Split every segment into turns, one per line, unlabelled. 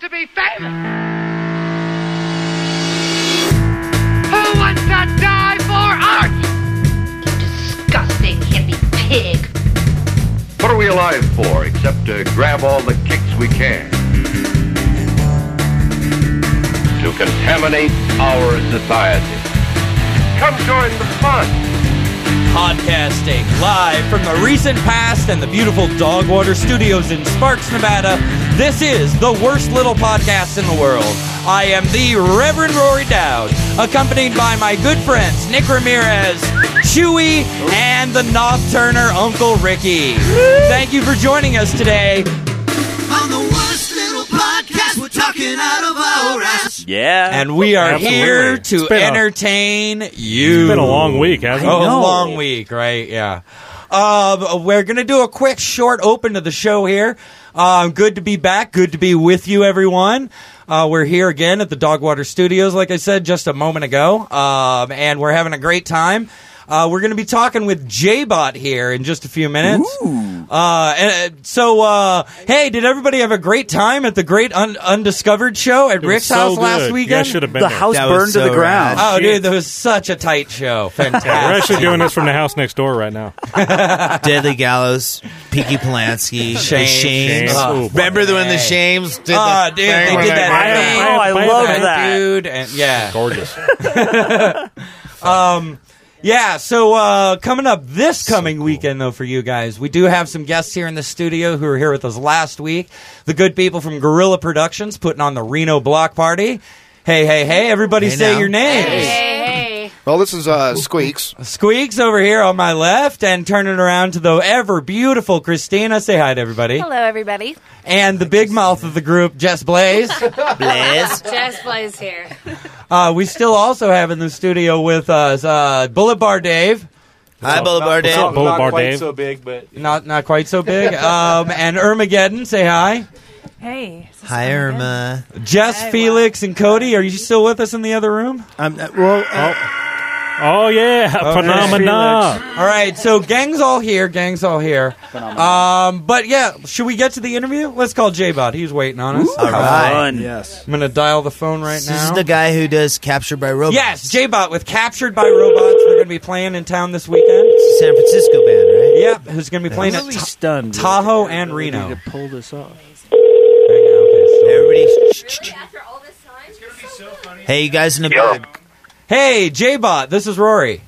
to be famous. Who wants to die for art?
You disgusting hippie pig.
What are we alive for except to grab all the kicks we can? To contaminate our society. Come join the fun.
Podcasting live from the recent past and the beautiful Dogwater Studios in Sparks, Nevada. This is the worst little podcast in the world. I am the Reverend Rory Dowd, accompanied by my good friends Nick Ramirez, Chewy, and the Knob Turner Uncle Ricky. Thank you for joining us today.
On the worst little podcast, we're talking out of our ass.
Yeah.
And we are
Absolutely.
here to
It's been a-
entertain you.
It's been a long week, hasn't
Oh,
it?
long week, right? Yeah. Um, we're gonna do a quick, short open to the show here. Um, good to be back. Good to be with you, everyone. Uh, we're here again at the Dogwater Studios, like I said just a moment ago, um, and we're having a great time. Uh, we're going to be talking with J-Bot here in just a few minutes. Uh, and, uh, so, uh, hey, did everybody have a great time at the Great Un- Undiscovered show at
It was
Rick's
so
house last
good. You
weekend?
guys should have been
the
there.
house
That was
burned to
so
the ground.
Oh,
Shit.
dude, that was such a tight show.
We're actually
Fantastic.
doing this from the house next door right now.
Deadly Gallows, Peaky Polanski,
Shame.
The Shames.
Shame. Oh,
Remember the when the
Hey.
Shames did
Ah,
the
dude,
thing
they
where
did that.
I am-
thing
oh, I
with
love
that.
dude. And yeah,
Gorgeous.
Um, yeah. So uh, coming up this coming weekend, though, for you guys, we do have some guests here in the studio who were here with us last week. The good people from Gorilla Productions putting on the Reno Block Party. Hey, hey, hey! Everybody,
Hey,
say
now.
your names.
Hey, hey.
Well, this is uh, Squeaks.
Squeaks over here on my left, and turning around to the ever beautiful Christina. Say hi to everybody.
Hello, everybody.
And the big mouth of the group, Jess Blaze.
Blizz.
Jazz Blaze here.
Uh, we still also have in the studio with us uh, Bullet Bar Dave,
Hi, Boulevard
What's up,
Dave.
Boulevard Dave?
big, but
not not quite so big, um, and Armageddon. Say hi.
Hey. is this
Hi,
on again?
Irma.
Jess, Felix, and Cody. Are you still with us in the other room?
well,
Oh, yeah. Phenomena.
All right, so gang's all here. Gang's all here. Um, but yeah, should we get to the interview? Let's call J Bot. He's waiting on us.
all right.
fun.
I'm gonna dial the phone right
This is
now.
the guy who does Captured by Robots.
yes, J Bot with Captured by Robots. We're gonna be playing in town this weekend.
San Francisco band, right?
Yep, who's gonna be playing at
Really
Ta-
stunned.
Tahoe and
Really
Reno.
To pull this off.
Hang on, okay, so-
Everybody. shh, shh, shh. Hey, you guys in the
Yo.
back.
Hey, J Bot, this is Rory.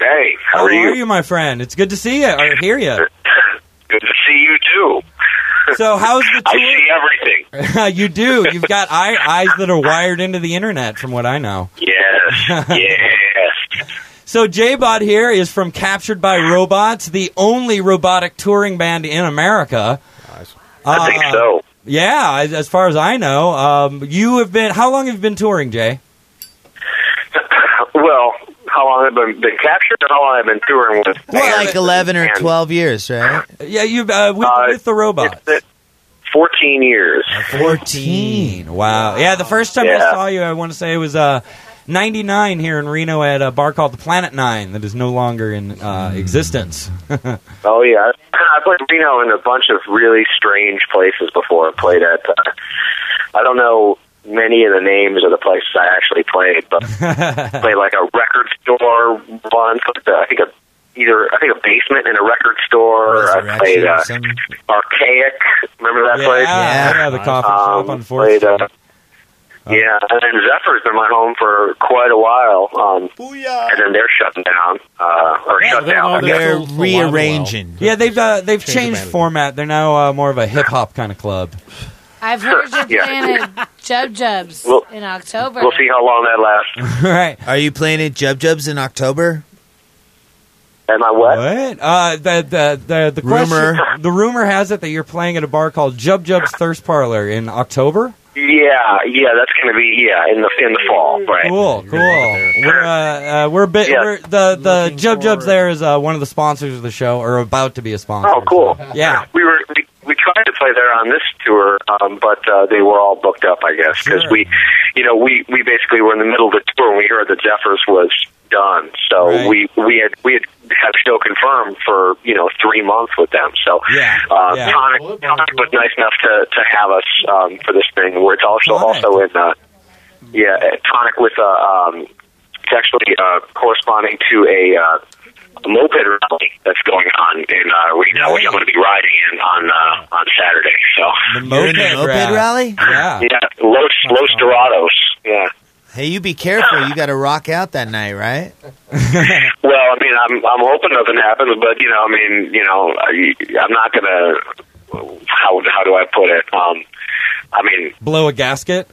Hey, how are
How are
you?
you, my friend? It's good to see you or hear you.
Good to see you too.
So, how's
I see
the
everything.
tour? you do. You've got eye- eyes that are wired into the internet, from what I know.
Yes, yes.
So, J-Bot here is from Captured by Robots, the only robotic touring band in America. Uh,
I think so.
Yeah, as, as far as I know, um, you have been. How long have you been touring, Jay?
Well, how long I've been, been captured and how long I've been touring with?
Like 11 or
And,
12 years, right?
Yeah, you uh, with,
Uh,
with the robots. Uh,
it's- it's Fourteen years.
14. Wow. Yeah, the first time I
Yeah.
saw you, I want to say it was uh, 99 here in Reno at a bar called the Planet Nine that is no longer in uh,
Hmm.
existence.
Oh yeah, I played Reno in a bunch of really strange places before. I played at uh, I don't know many of the names of the places I actually played, but I played like a record store once. Like I think a either I think a basement in a record store. I
Resurrection
played
or
uh,
something.
Archaic. Remember that
yeah,
place?
yeah, the coffee shop on
Um,
Fourth.
played, uh, yeah, and then Zephyr's been my home for quite a while, um, and then they're shutting down uh, or
Yeah,
shut
they're
down.
all
I guess.
there.
Oh,
Wild
They're
Wild.
rearranging.
yeah, they've uh, they've
Change
changed
dramatically.
format. They're now uh, more of a hip hop kind of club.
I've heard you're
Yeah.
playing at Jub Jub's
Well,
in October.
We'll see how long that lasts.
right?
Are you playing at Jub Jub's in October?
Am I what?
Uh, the the the the question-
Rumor.
the rumor has it that you're playing at a bar called Jub Jub's Thirst Parlor in October.
Yeah, yeah, that's gonna be yeah in the in the fall, right?
Cool, cool. We're uh, uh, we're a bit
Yeah.
we're, the the
Looking
Jub Jubs
forward.
there is uh, one of the sponsors of the show or about to be a sponsor.
Oh, cool.
Yeah.
We were we, we tried to play there on this tour, um, but uh, they were all booked up, I guess, because
Sure.
we, you know, we we basically were in the middle of the tour and we heard that Zephyrs was done. So
Right.
we we had we had had a show confirmed for you know three months with them. So
Yeah,
uh,
yeah.
Tonic, Tonic was nice enough to to have us um, for this thing. Where it's also
Tonic.
also in uh, yeah Tonic with uh, um, it's actually uh, corresponding to a. Uh, moped rally that's going on in uh, Reno, which I'm going to be riding in on uh, on Saturday. So
The
You're in a moped rally?
Yeah.
yeah, Los Los Dorados. Yeah.
Hey, you be careful. You got to rock out that night, right?
Well, I mean, I'm I'm hoping nothing happens, but you know, I mean, you know, I, I'm not gonna. How how do I put it? Um, I mean,
Blow a gasket.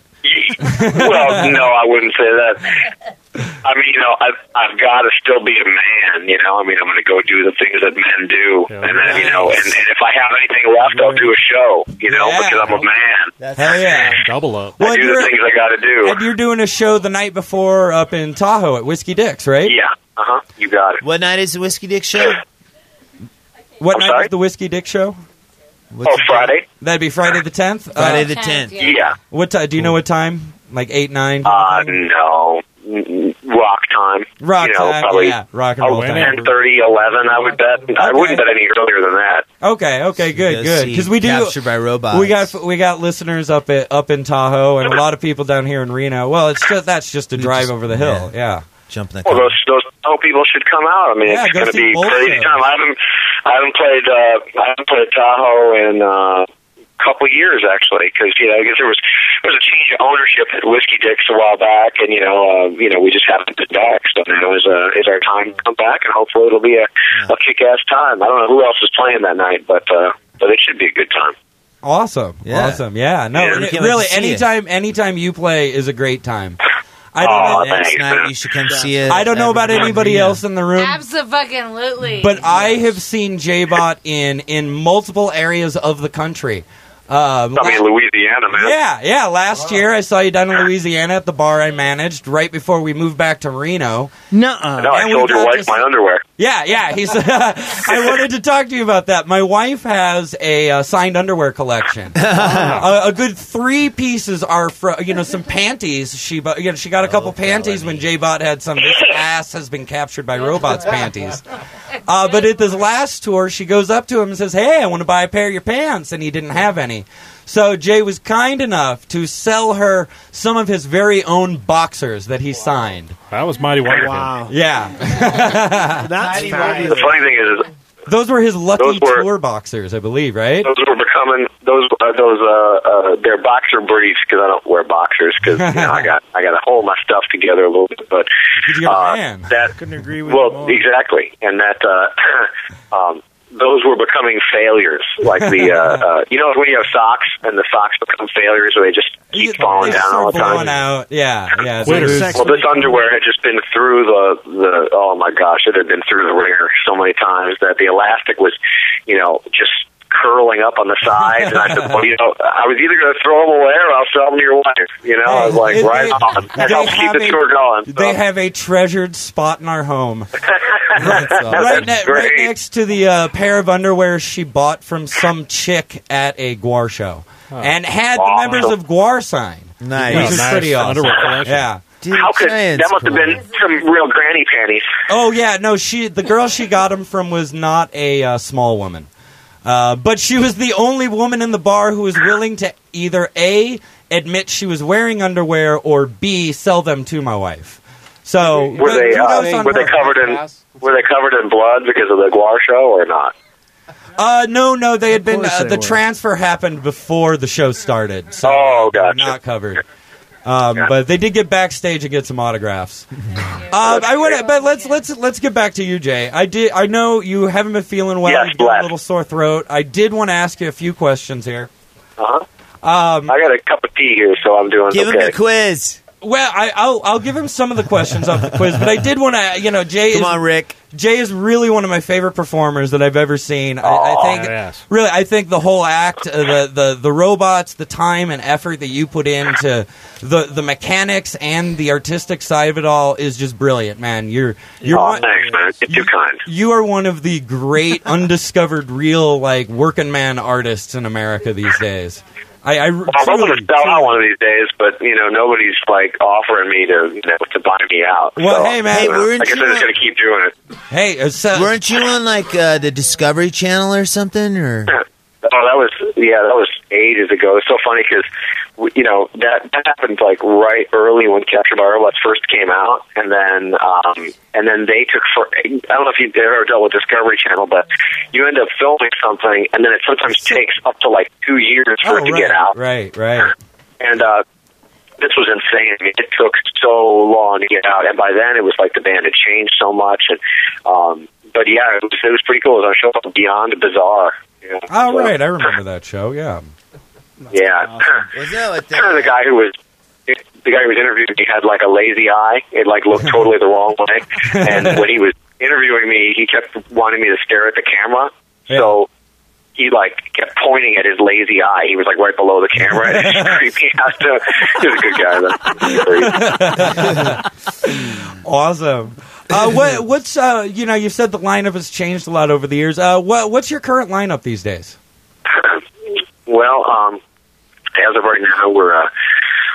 well, no, I wouldn't say that. I mean, you know, I've I've got to still be a man. You know, I mean, I'm going to go do the things that men do,
Yeah.
and then, you know, and, and if I have anything left, I'll do a show. You know,
Yeah.
because I'm a man.
That's
Hell yeah.
Double up.
Well,
I do the
you're-
things I got to
And
do.
you're doing a show the night before up in Tahoe at Whiskey Dick's, right?
Yeah. Uh huh. You got it.
What night is the Whiskey Dick show?
What
I'm
night
sorry?
is the Whiskey Dick show?
What's
Oh,
it-
Friday.
That'd be Friday the 10th. Uh,
Friday the
Tenth,
10th.
yeah.
Yeah.
what ti Do you know what time? Like eight, nine.
Uh, no. Mm, Rock time.
rock
you know,
time.
Probably
yeah, rock and
Oh,
roll
when
time.
it-
10, 30, 11, I would bet. I
Okay.
wouldn't bet any earlier than that.
Okay, okay, good,
Go
good.
see
Because we do.
Captured by robots.
We got we got listeners up at, up in Tahoe and a lot of people down here in Reno. Well, it's just that's just a drive
just-
over the hill. Yeah.
jump in the
Well,
car.
those those old people should come out. I mean,
Yeah,
it's
go
going to
see
be
both
crazy
shows.
time. I haven't I haven't played uh, I haven't played Tahoe in uh, a couple of years actually because you know I guess there was there was a change of ownership at Whiskey Dicks a while back, and you know uh, you know we just haven't been back. So now is uh, is our time to come back, and hopefully it'll be a, a kick ass time. I don't know who else is playing that night, but uh, but it should be a good time.
Awesome.
Yeah.
Awesome. Yeah. No,
Yeah,
it-
we can't wait
really
to see
anytime anytime you play is a great time. I
Aw,
don't know,
thanks.
Next night you should come see it.
I don't know about anybody else in the room.
Absolutely.
But I have seen J-Bot in in multiple areas of the country. Um,
I mean, Louisiana, man.
yeah, yeah. Last year I saw you down in Louisiana at the bar I managed right before we moved back to Reno.
Nuh-uh.
No, I
Uh, And
sold
we've
your
got
wife
this-
my underwear.
Yeah, yeah. He's. I wanted to talk to you about that. My wife has a uh, signed underwear collection. a, a good three pieces are from you know some panties. She bu- you know she got a couple panties when J Bot had some. This ass has been captured by robots panties. Uh, but at this last tour, she goes up to him and says, "Hey, I want to buy a pair of your pants," and he didn't have any. So Jay was kind enough to sell her some of his very own boxers that he signed.
That was mighty wonderful.
Wow.
Yeah,
That's
The
fabulous.
funny thing is, is
those were his lucky
Those were-
tour boxers, I believe, right?
those were becoming those uh, those uh, uh they're boxer briefs because I don't wear boxers because you know, I got I got to hold my stuff together a little bit, but
Did you
uh,
man?
that
Couldn't agree with you
well
more.
exactly, and that uh, um, those were becoming failures, like the uh, uh, you know when you have socks and the socks become failures, or they just keep
You-
falling
they
down
start
all the
blowing
time.
out. Yeah, yeah.
Quitters.
it's-
Sex
Well, this
with-
underwear had just been through the the oh my gosh, it had been through the ringer so many times that the elastic was, you know, just curling up on the sides. And I said, well, you know, I was either going to throw them away or I'll sell them to your wife. You know, I was like,
They-
right
they-
on, that
they
helps keep
have
the
a-
tour going. So,
They have a treasured spot in our home, right, right, ne- right
great.
next to the uh, pair of underwear she bought from some chick at a Guar show, and had
Awesome.
the members of Guar sign,
Nice.
which is
nice
pretty awesome.
underwear collection.
Yeah.
Dude,
how could
science
that must have
cool.
been some real granny panties?
Oh yeah, no, she the girl she got them from was not a uh, small woman, uh, but she was the only woman in the bar who was willing to either a admit she was wearing underwear or b sell them to my wife. So
Were
but
they
kudos
uh,
on
were they
her.
covered in were they covered in blood because of the guar show or not?
Uh, no, no, they had been
course
uh,
they
the
were.
transfer happened before the show started, so
Oh,
they were
gotcha.
not covered. Um, But they did get backstage and get some autographs. Um, I would, but let's let's let's get back to you, Jay. I did. I know you haven't been feeling well.
Yes,
You've got a
bless.
little sore throat. I did want to ask you a few questions here.
Uh-huh.
Uh huh. Um, I got a cup of tea here, so I'm doing
Give him
okay.
the quiz.
Well, I, I'll I'll give him some of the questions off the quiz, but I did want to. You know, Jay
Come
is
on, Rick.
Jay is really one of my favorite performers that I've ever seen. I, I
Oh,
think
yes.
really, I think the whole act, uh, the, the the robots, the time and effort that you put into the the mechanics and the artistic side of it all is just brilliant, man. You're you're
Aw,
one-
thanks, man. You're too kind.
you are one of the great undiscovered real like working man artists in America these days. I, I
I'm hoping to sell out one of these days, but you know nobody's like offering me to you know, to buy me out.
Well,
So,
hey, man,
you know,
we're in
I guess I'm just gonna keep doing it.
Hey, uh,
weren't you on like uh, the Discovery Channel or something? Or
Oh, that was yeah, that was ages ago. It's so funny because you know that that happened like right early when Captured by Robots first came out, and then um, and then they took for I don't know if you've ever dealt with Discovery Channel, but you end up filming something, and then it sometimes takes up to like two years for
Oh,
it to get out.
Oh, Right, right.
And uh, this was insane. I mean, it took so long to get out, and by then it was like the band had changed so much. And um, but yeah, it was it was pretty cool. It was on a show called Beyond Bizarre. Yeah.
All
So-
Oh, right, I remember that show. Yeah.
yeah. the guy who was the guy who was interviewing me had like a lazy eye. It like looked totally the wrong way. And when he was interviewing me, he kept wanting me to stare at the camera. So he like kept pointing at his lazy eye. He was like right below the camera. And it creeped me out. So he was a good guy though.
Awesome. Uh, what what's uh, you know you said the lineup has changed a lot over the years. Uh, what what's your current lineup these days?
Well, um, as of right now, we're a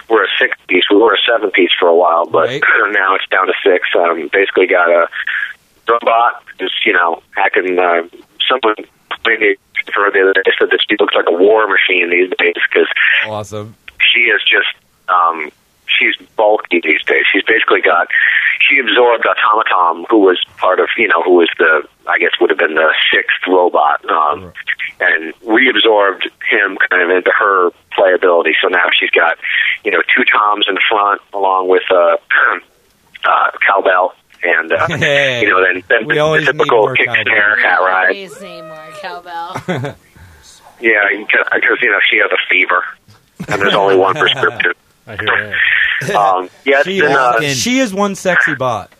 we're a six piece. We were a seven piece for a while, but now it's down to six. Um, basically, got a robot who's you know hacking. Uh, someone played the for the other day said that she looks like a war machine these days because
Awesome.
she is just um, she's bulky these days. She's basically got she absorbed Automatom, who was part of you know who was the I guess would have been the sixth robot, um, and reabsorbed him kind of into her playability. So now she's got you know two toms in front along with uh, uh, cowbell. And uh,
Hey.
you know, then, then
Eh, We
the
always need
typical
more
kick
cowbell.
snare cat ride.
Please name more cowbell.
Yeah, because you know she has a fever, and there's only one prescription.
I hear
Um, yeah, it's
She,
been, uh,
is, she is one sexy bot.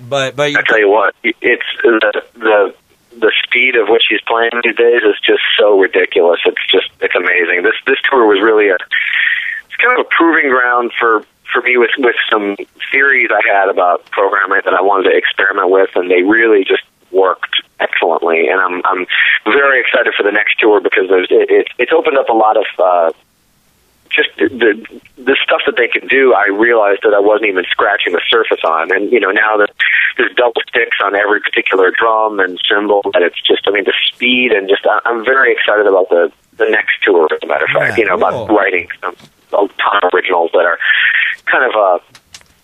But but
I tell you what, it's the the the speed of which he's playing these days is just so ridiculous. It's just it's amazing. This this tour was really a it's kind of a proving ground for for me with with some theories I had about programming that I wanted to experiment with, and they really just worked excellently. And I'm I'm very excited for the next tour because there's it, it it's opened up a lot of. Uh, just the, the the stuff that they could do, I realized that I wasn't even scratching the surface on. And you know, now that there's double sticks on every particular drum and cymbal, and it's just, I mean, the speed and just, I- I'm very excited about the the next tour. As a matter of fact, you know, about writing some a ton of originals that are kind of uh,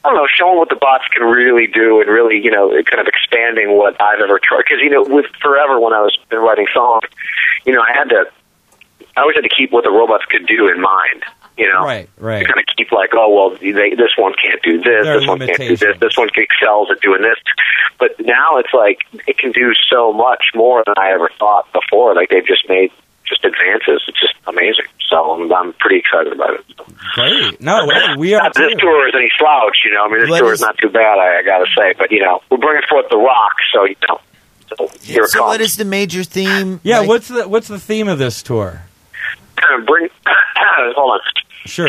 I don't know, showing what the bots can really do and really, you know, kind of expanding what I've ever tried. Because you know, with forever when I was been writing songs, you know, I had to, I always had to keep what the robots could do in mind. You know,
Right, right.
To kind of keep like, oh well, they, this one can't do this,
There are
this one can't do this, this one excels at doing this. But now it's like it can do so much more than I ever thought before. Like they've just made just advances. It's just amazing. So I'm, I'm pretty excited about it.
great. No, hey, we are.
Not- this tour is any slouch, you know. I mean, this
What
tour
is-
is not too bad, I, I gotta say. But you know, we're bringing forth the rock, so you know. So here it
so
comes.
what is the major theme?
Yeah, what's the what's the theme of this tour?
Bring. hold on.
Sure.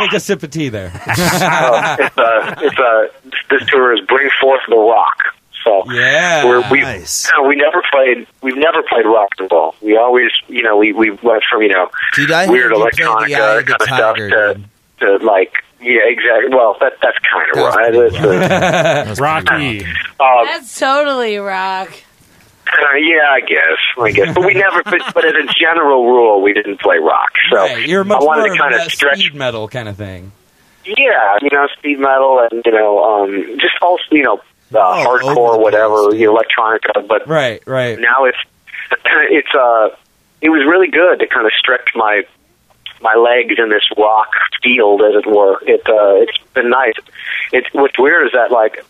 Take a sip of tea there.
Uh, it's uh, it's uh, this tour is bring forth the rock. So
Yeah,
we're, we we never played we've never played rock and roll. We always you know we we went from you know
Dude, I heard
weird
you played the Eye
electronica
of the
kind of stuff
Tiger,
to to like yeah exactly. Well, that that's kind of right.
it. Rocky.
Uh,
That's totally rock.
Uh, yeah, I guess. I guess. But we never. But, but as a general rule, we didn't play rock. So
Right, You're much
I wanted
more
to kind
of
of
that
stretch.
speed metal kind of thing.
Yeah, you know, speed metal and you know, um, just all you know,
Oh,
uh, hardcore, whatever, you know, electronica. But
Right, right.
now it's it's uh, it was really good to kind of stretch my my legs in this rock field, as it were. It uh, it's been nice. It's what's weird is that like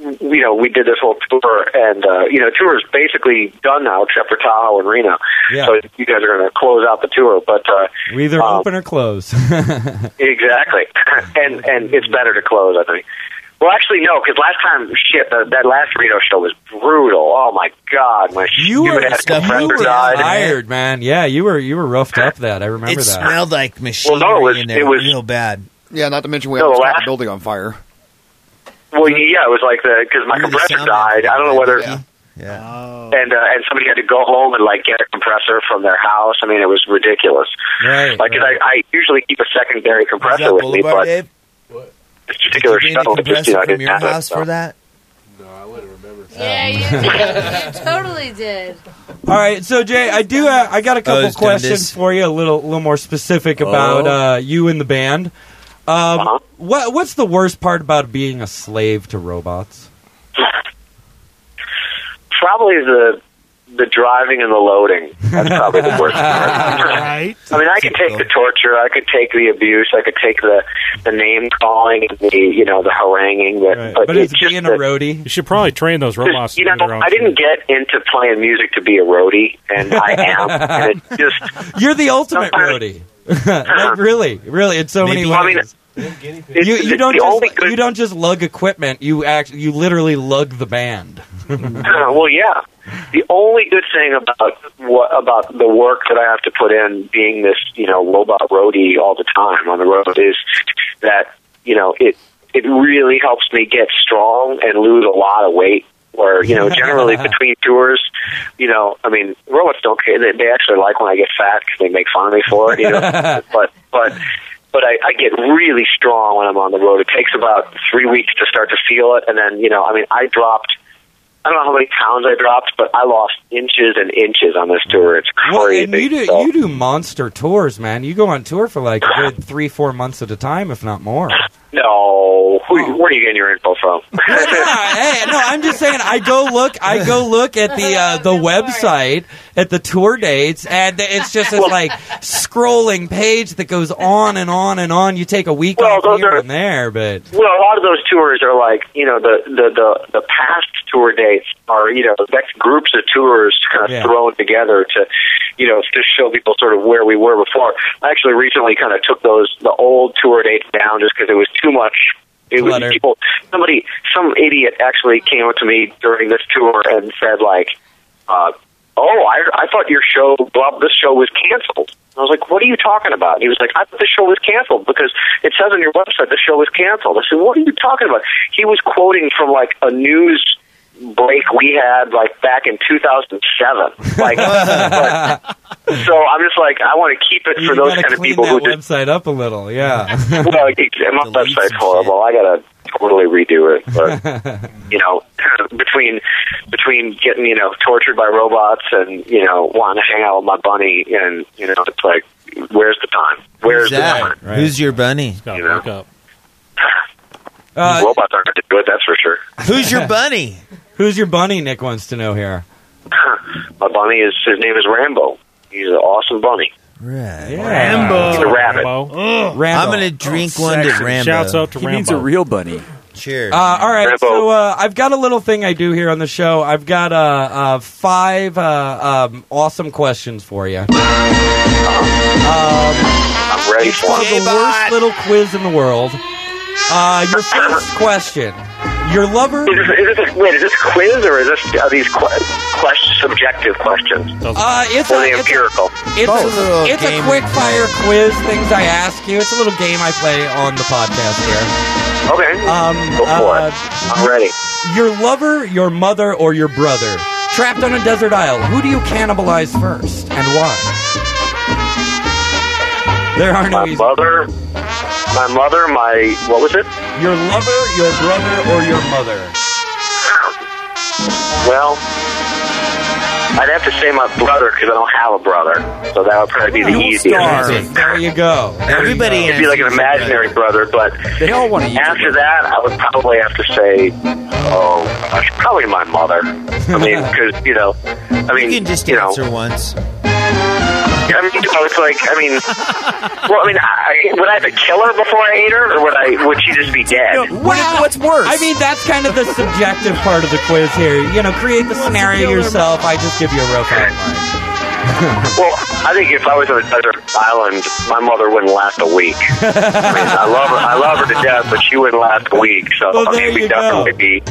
you know, we did this whole tour, and uh, you know, tour is basically done now, except for Tahoe and Reno.
Yeah.
So you guys are going to close out the tour, but uh,
We either
um,
open or close.
exactly, and and it's better to close, I think. Well, actually, no, because last time, shit, that, that last Reno show was brutal. Oh my god, my
you were
stupid ass
you
compressor
were
died.
tired, man. Yeah, you were you were roughed up. That I remember
It
that.
smelled like
Well,
machinery
no, it was
in there
it was
real bad.
Yeah, not to mention we
No,
almost
the
caught
last-
the building on fire.
Well, yeah, it was like the because my compressor died. I don't know whether
Yeah.
and uh, and somebody had to go home and like get a compressor from their house. I mean, it was ridiculous.
Right.
Like, 'cause I, I usually keep a secondary compressor with me, but
Dave?
this particular
Did you get
shuttle
any
just you know I
compressor from
didn't
your
have
house
it.
for that?
Yeah, you did. You totally did.
All right, so Jay, I do. Uh, I got a couple
it's doing
questions
this.
for you, a little, little more specific about
Oh.
uh, you and the band. Um,
Uh-huh.
What What's the worst part about being a slave to robots?
Probably the the driving and the loading. That's probably the worst part.
Right.
I mean, I could take the torture, I could take the abuse, I could take the the name calling, and the you know the haranguing. That,
Right.
But,
But it's
just
being a
the-
roadie.
You should probably train those robots
just,
to
you
do
know,
their own
I didn't
shit.
get into playing music to be a roadie, and I am. and it just
You're the ultimate roadie.
Sometimes-
Like, really, really, in so many
Maybe-
ways.
I mean, it's,
you you
it's
don't
the only
just,
good
you don't just lug equipment. You act you literally lug the band.
Uh, well, yeah. The only good thing about what about the work that I have to put in being this, you know, robot roadie all the time on the road is that you know it it really helps me get strong and lose a lot of weight. Or you know, generally between tours, you know, I mean, robots don't care. They, they actually like when I get fat because they make fun of me for it. You know, but but. But I, I get really strong when I'm on the road. It takes about three weeks to start to feel it, and then you know, I mean, I dropped I don't know how many pounds I dropped, but I lost inches and inches on this tour. It's crazy.
Well, and you do
So-
you do monster tours, man. You go on tour for like a good three four months at a time, if not more.
no, Who,
Oh.
where are you getting your info from?
Yeah, hey, no, I'm just saying. I go look. I go look at the uh, the
Good lord.
website at the tour dates, and it's just this like scrolling page that goes on and on and on. You take a week
Well,
off
those
here
are-
and there, but
well, a lot of those tours are like you know the the the, the past tour dates are you know that's groups of tours kind of
Yeah.
thrown together to you know to show people sort of where we were before. I actually recently kind of took those the old tour dates down just because it was too much. It was
Clutter.
people. Somebody, some idiot actually came up to me during this tour and said like. uh, oh, I, I thought your show, blah, this show was canceled. I was like, what are you talking about? And he was like, I thought this show was canceled because it says on your website the show was canceled. I said, what are you talking about? He was quoting from like a news break we had like back in 2007. Like, but- so I'm just like, I want to keep it for
you
those
gotta
kind of
clean
people who
that
just,
website up a little. Yeah,
well, it- my website's horrible. I gotta totally redo it, but you know, between between getting you know tortured by robots and you know wanting to hang out with my bunny, and you know, it's like, where's the time? Where's
Who's that?
the time?
Right.
Who's your bunny?
Gotta
you know.
look up.
uh,
robots aren't going to do it. That's for sure.
Who's your bunny?
who's your bunny? Nick wants to know here.
My bunny is his name is Rambo. He's an awesome bunny.
Right.
Yeah.
He's a rabbit.
Rambo. Oh,
Rambo.
I'm gonna drink one to
Sexy.
Rambo.
Shouts out to
He
Rambo.
needs a real bunny.
Cheers.
Uh, all right,
Rambo.
so uh, I've got a little thing I do here on the show. I've got uh, uh, five uh, um, awesome questions for you.
I'm ready
It's
for
one
him.
of the worst little quiz in the world. Uh, your first question: Your lover?
Is this, is this, wait, is this a quiz or is this are these que- quest, subjective questions
Uh, it's
or
a
are they
it's a,
empirical?
it's
Both.
a, it's a
Game.
quick fire quiz. Things I ask you. It's a little game I play on the podcast here.
Okay,
Um,
go for
uh,
it. I'm ready.
Your lover, your mother, or your brother? Trapped on a desert isle. Who do you cannibalize first, and why? There are no
my
easy.
mother, my mother, my what was it?
Your lover, your brother, or your mother?
Well, I'd have to say my brother because I don't have a brother, so that would probably be the
You'll
easiest.
starve. There you go.
Everybody
It'd be like an imaginary brother, but
They all want to eat.
after that, I would probably have to say, oh, gosh, probably my mother. I mean, because you know, I
you
mean,
can just
you know,
answer once.
I mean, you know, it's like, I mean, well, I mean, I, would I have to kill her before I ate her, or would I? Would she just be dead?
Wow.
what's worse?
I mean, that's kind of the subjective part of the quiz here. You know, create the scenario yourself. I just give you a rough outline.
Well, I think if I was on a desert island, my mother wouldn't last a week. I, mean, I love her. I love her to death, but she wouldn't last a week. So
Well,
I
there
mean,
you
we
go.
definitely be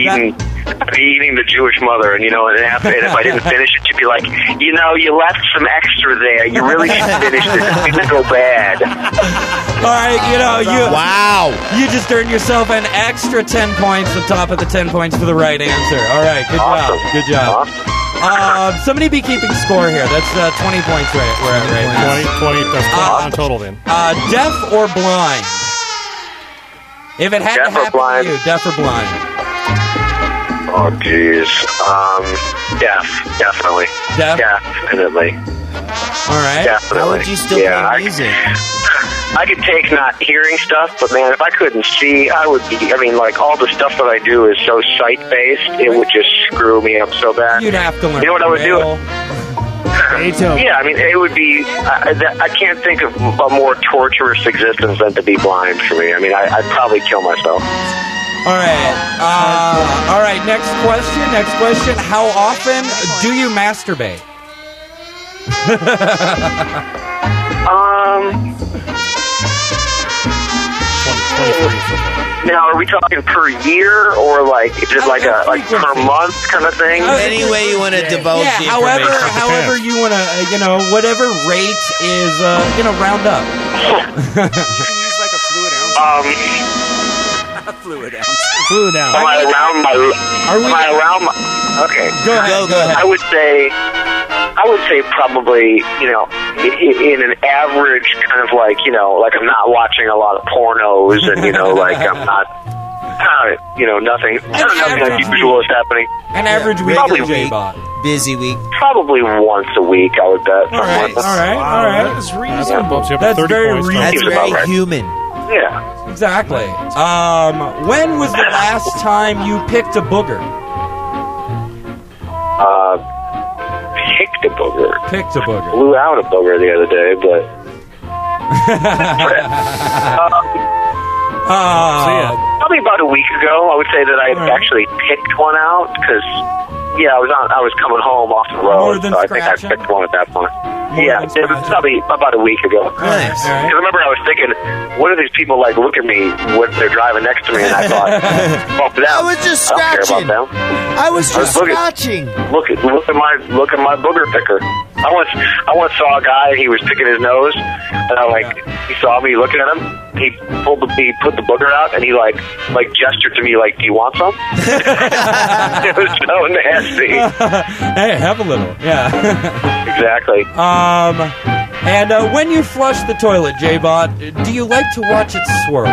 eating. I'd Be eating the Jewish mother, and you know, and, after, and if I didn't finish it, she'd be like, you know, you left some extra there. You really should finish this. It didn't go bad.
All right, you know, you
wow,
you just earned yourself an extra ten points on top of the ten points for the right answer. All right, good job, good job. Um, somebody be keeping score here. That's uh, twenty points right. We're at right now.
20, 20, that's
Uh,
21 total then.
Uh, deaf or blind? If it had to happen to you, deaf or blind?
Oh, jeez. Um, deaf, definitely.
Deaf?
Definitely.
All right.
Definitely.
How would you still
yeah,
play
I,
music?
I could take not hearing stuff, but man, if I couldn't see, I would be. I mean, like all the stuff that I do is so sight based, it would just screw me up so bad.
You'd have to learn.
You know what I would do?
Braille.
Yeah, I mean, it would be. I, I- I can't think of a more torturous existence than to be blind for me. I mean, I, I'd probably kill myself.
All right. Uh, all right. Next question. Next question. How often do you masturbate?
Um.
20,
Now, are we talking per year or like is it like a like per month kind of thing?
Any way you want to divulge
yeah.
the
However,
information.
however you want to, you know, whatever rate is, uh, you know, round up.
Use like a fluid ounce.
Um,
Flew down.
am I around my?
Oh. Are we?
Am I around my? Okay.
Go ahead. Go, ahead.
I would say, I would say probably, you know, i- i- in an average kind of like, you know, like I'm not watching a lot of pornos and, you know, like I'm not, uh, you know, nothing, nothing
average
unusual is happening.
An average
Yeah,
week
regular
of
week.
J-Bot.
busy week.
Probably once a week, I would bet.
All right. All right. All right.
That's reasonable.
That's very
That's
Seems about
very
right.
human.
Yeah.
Exactly. Um, when was the last time you picked a booger?
Uh, picked a booger.
Picked a booger.
Blew out a booger the other day, but
Uh,
probably about a week ago, I would say that I
All right.
actually picked one out because, yeah, I was on, I was coming home off the road,
More than
so I think I
scratching?
picked one at that point. yeah,
than
it was
scratching?
probably about a week ago.
Nice.
all
I
right.
remember I was thinking, what do these people like look at me when they're driving next to me? And I thought, fuck them.
I was
I
just
don't care
scratching.
about them.
I was
I was
just
looking-
scratching.
Look at look at my look at my booger picker. I once I once saw a guy. He was picking his nose, and I like he saw me looking at him. He pulled the he put the booger out, and he like like gestured to me like, "Do you want some?" it was so nasty.
Hey, have a little. Yeah.
Exactly.
Um, and uh, when you flush the toilet, J-Bot, do you like to watch it swirl?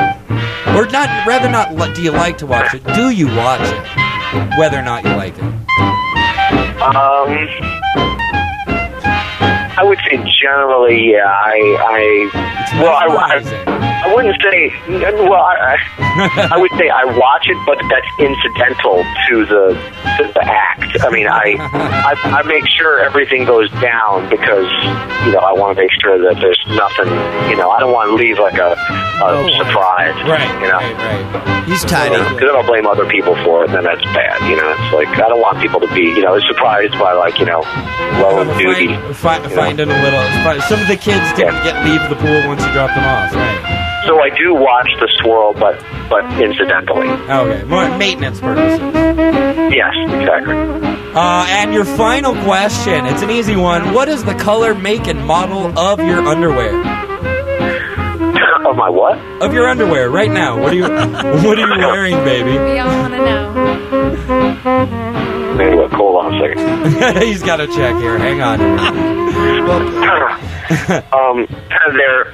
Or not, rather not, li- do you like to watch it? Do you watch it? Whether or not you like it.
Um, I would say generally, yeah. I I well, I, I
Amazing.
I wouldn't say. Well, I, I- I would say I watch it, but that's incidental to the to the act. I mean, I, I I make sure everything goes down because you know I want to make sure that there's nothing. You know, I don't want to leave like a, a surprise.
Oh, Right,
You know.
right, right.
He's tiny.
Because if I blame other people for it, then that's bad. You know, it's like I don't want people to be, you know, surprised by like, you know, low
Find,
and duty.
fi- finding a little. fi- Some of the kids didn't get leave the pool once you dropped them off. Right.
So I do watch the swirl, but but incidentally.
Okay. More maintenance purposes.
Yes, exactly.
Uh, and your final question. It's an easy one. What is the color, make, and model of your underwear?
of my what?
Of your underwear right now. What are you? What are you wearing, baby?
We all want to know.
Maybe look, hold on a second.
He's got a check here. Hang on.
um, there,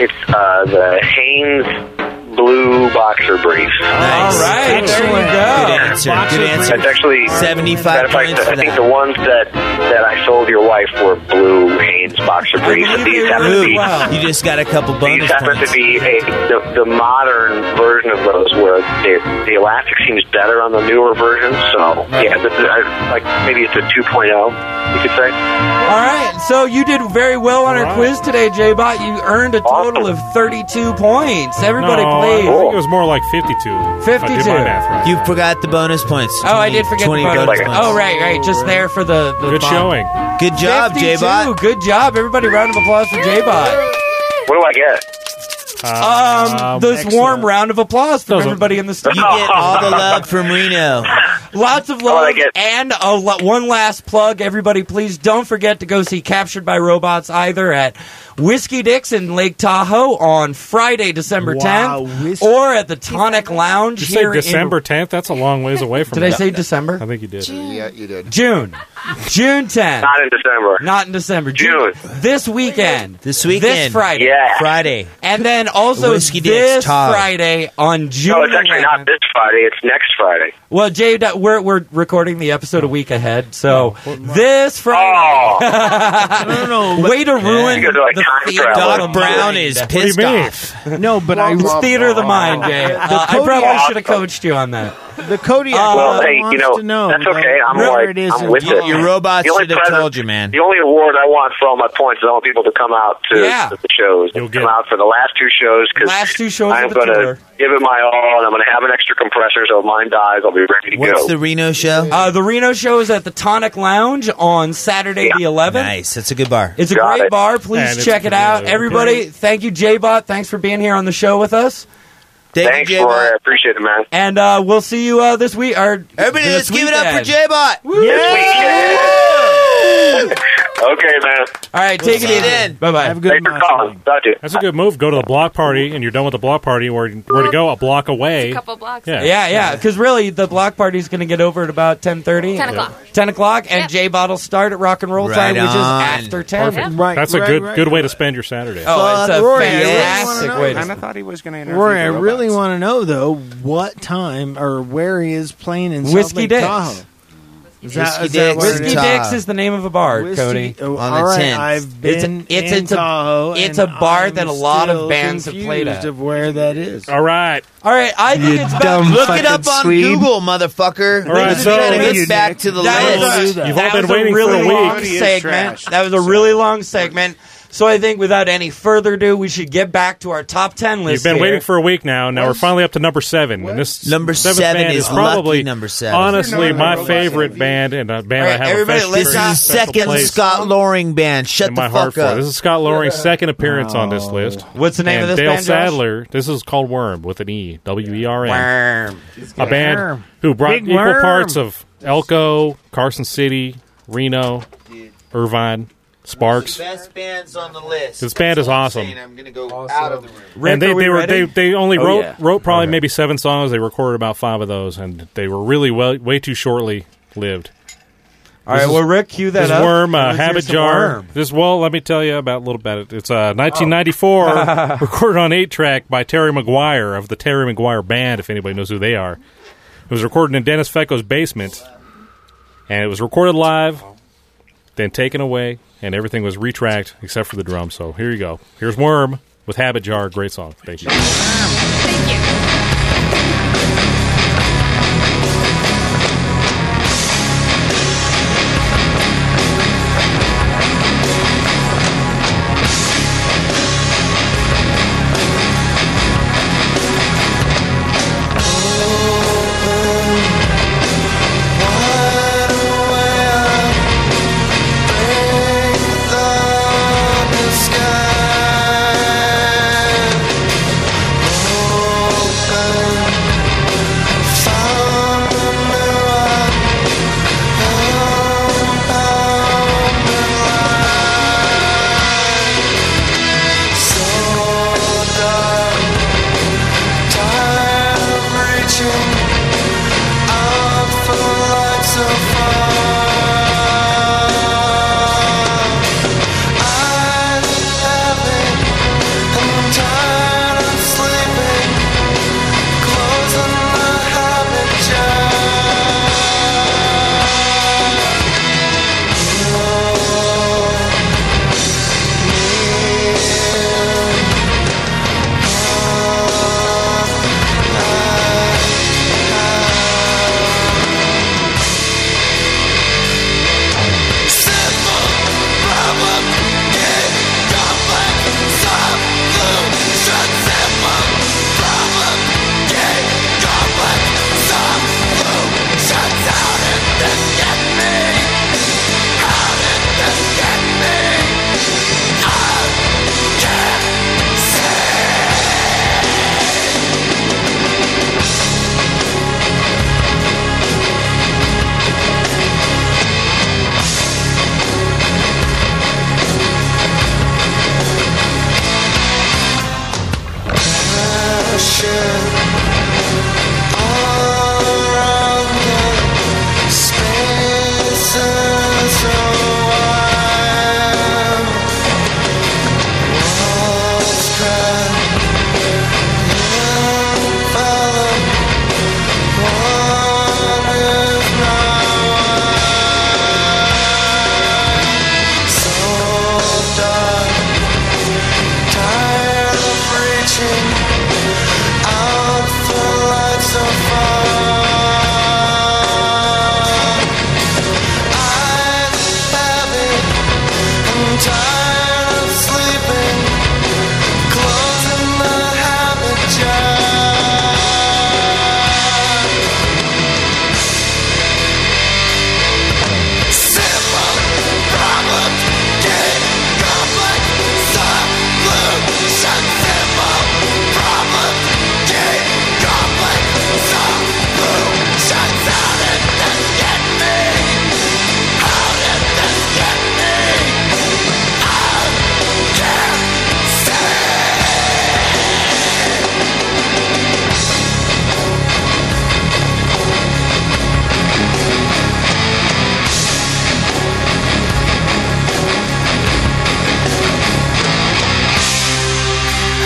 it's uh, the Hanes Blue Boxer Brief.
Nice.
All right. Oh,
Excellent.
Good
There you go.
answer. Good
That's
answer.
actually matter
Seventy-five
of fact,
points
I
for
think the
that.
ones that that I sold your wife were blue Hanes Boxer Briefs.
believe
These
they
happen to
were.
Ooh,
be.
Wow.
you just got a couple
These
bonus
happen to
points.
be a, the, the modern version of those, where the, the elastic seems better on the newer version. So yeah, this is, I, like maybe it's a 2.0, you could say.
All right. So you did very well on our
All right.
quiz today, J-Bot. You earned a total of 32 points. Everybody,
no,
please.
I think it was more like 52. if I did
52.
my math right.
You forgot the bonus points.
Oh, I
20
did forget
20
the bonus.
bonus points.
Oh, right, right. Just there for the, the
Good
bomb.
showing.
Good job, J
52.
Bot.
Good job, everybody. Round of applause for J Bot.
What do I get?
Um, this
excellent. Uh,
Um, warm round of applause from
Um, Those are-
everybody in the
You
studio.
get all the love from Reno.
Lots of love and a lo- one last plug. Everybody, please don't forget to go see Captured by Robots either at Whiskey Dicks in Lake Tahoe on Friday, December
Wow,
10th, or at the Tonic Lounge
You say
here
December 10th? That's a long ways away from
Did I
now.
say December?
I think you did.
Yeah, you did.
in June. June 10th.
Not in December.
Not in December. June. This weekend. This
weekend.
This Friday.
Yeah. Friday.
And then also
Whiskey Dicks,
this
Todd.
Friday on June.
No, it's actually not this Friday. It's next Friday.
Well, Jay, that- we're we're recording the episode a week ahead, so this Friday.
Oh.
no, no, way to ruin
You guys are like
the
time
theater.
travelers.
of the
Doc Brown
mind.
is What do you pissed mean? off.
No, but I
It's theater of the mind, Jay.
The
Uh, I probably
Kodiak-
should have coached you on that.
The Kodiak
Uh,
well,
Bob
hey, you
wants
know,
to know,
that's
you know,
okay. I'm
wherever
like,
it is
I'm
in
with
your-
it.
your robots
The only
should have
present-
told you, man.
The only award I want for all my points is I want people to come out to
Yeah.
the shows. Come out for the last two shows because
Last two shows
I'm
of the
going
tour.
to give it my all, and I'm going to have an extra compressor, so if mine dies, I'll be ready to go.
Reno show? Uh, the Reno show is at the Tonic Lounge on Saturday the 11th.
Nice. That's a good bar.
It's a great bar. Please check it out. Everybody, thank you, J-Bot. Thanks for being here on the show with us.
Thanks, Roy. I appreciate it, man.
And uh, we'll see you uh, this week. Or Everybody,
let's give it up for
J-Bot.
Okay, man.
All right,
take it easy.
Bye bye.
Have a good
Thanks for calling. Love you.
That's a good move. Go to the block party, and you're done with the block party. Where where to go? A block away. couple
blocks.
Yeah,
Yeah, yeah. Because really, the block party's going to get over at about 10.30.
10 o'clock.
Ten o'clock, and J Bot will start at rock and roll
Right
time, which is
on.
after ten.
Perfect. That's a good good way to spend your Saturday.
Oh, it's a
Roy,
fantastic way to
I thought he was going to interview
Rory, I
the robot.
really want to know though what time or where he is playing in South
Whiskey
Lake
Dicks.
Tahoe. Is that- is
Whiskey
that
Dicks.
what it
Whiskey
is?
Dicks is the name of a bar,
Whiskey-
Cody.
oh, On the all right, 10th. I've been in
a,
Tahoe,
It's a
and
bar
I'm
that a lot
still
of bands have played
confused
at.
of where that is.
All right,
all right. I think
You
it's
dumb
about
Look it up fucking on Swede. Google,
motherfucker.
All right, This is so- trying to get back to the
that
list.
Was,
Don't do that.
that
You've all
was
been
a
waiting for
really
a week.
long
Cody is
segment.
trash.
That was a really long segment. So I think, without any further ado, we should get back to our top ten
You've
list.
been
here.
waiting for a week now. Now we're finally up to number seven, and this
Number
seventh
seven
band
is
probably
lucky number seven.
Honestly,
You're not
my
a robot.
favorite band and a band
All
I
right,
have
everybody,
a fest-
let's
very
not-
special
second
place
Scott Loring band. Shut
in
the
my
fuck
heart for.
up.
This is Scott Loring's second appearance on
Oh.
this list.
What's the name
And
of this
Dale
band, Josh?
Sadler. This is called Worm with an E. W E R
Worm.
M. A band
Worm.
who brought
Big
equal
worm.
parts of Elko, Carson City, Reno, Irvine, Sparks.
best bands on the list.
This band is awesome.
I'm gonna go out of the room.
and they, they were they, they only
Oh,
wrote
yeah.
wrote probably maybe seven songs. They recorded about five of those, and they were really well way too shortly lived.
All right, well, Rick, cue that
this
up.
worm, uh,
Let's hear
habit
some
jar.
Worm.
This well, let me tell you about a little about it. It's uh, 1994, recorded on eight track by Terry McGuire of the Terry McGuire Band. If anybody knows who they are, it was recorded in Dennis Fecko's basement, and it was recorded live, then taken away, and everything was retracked except for the drums. So here you go. Here's Worm with Habit Jar. Great song. Thank you.
Sky. Open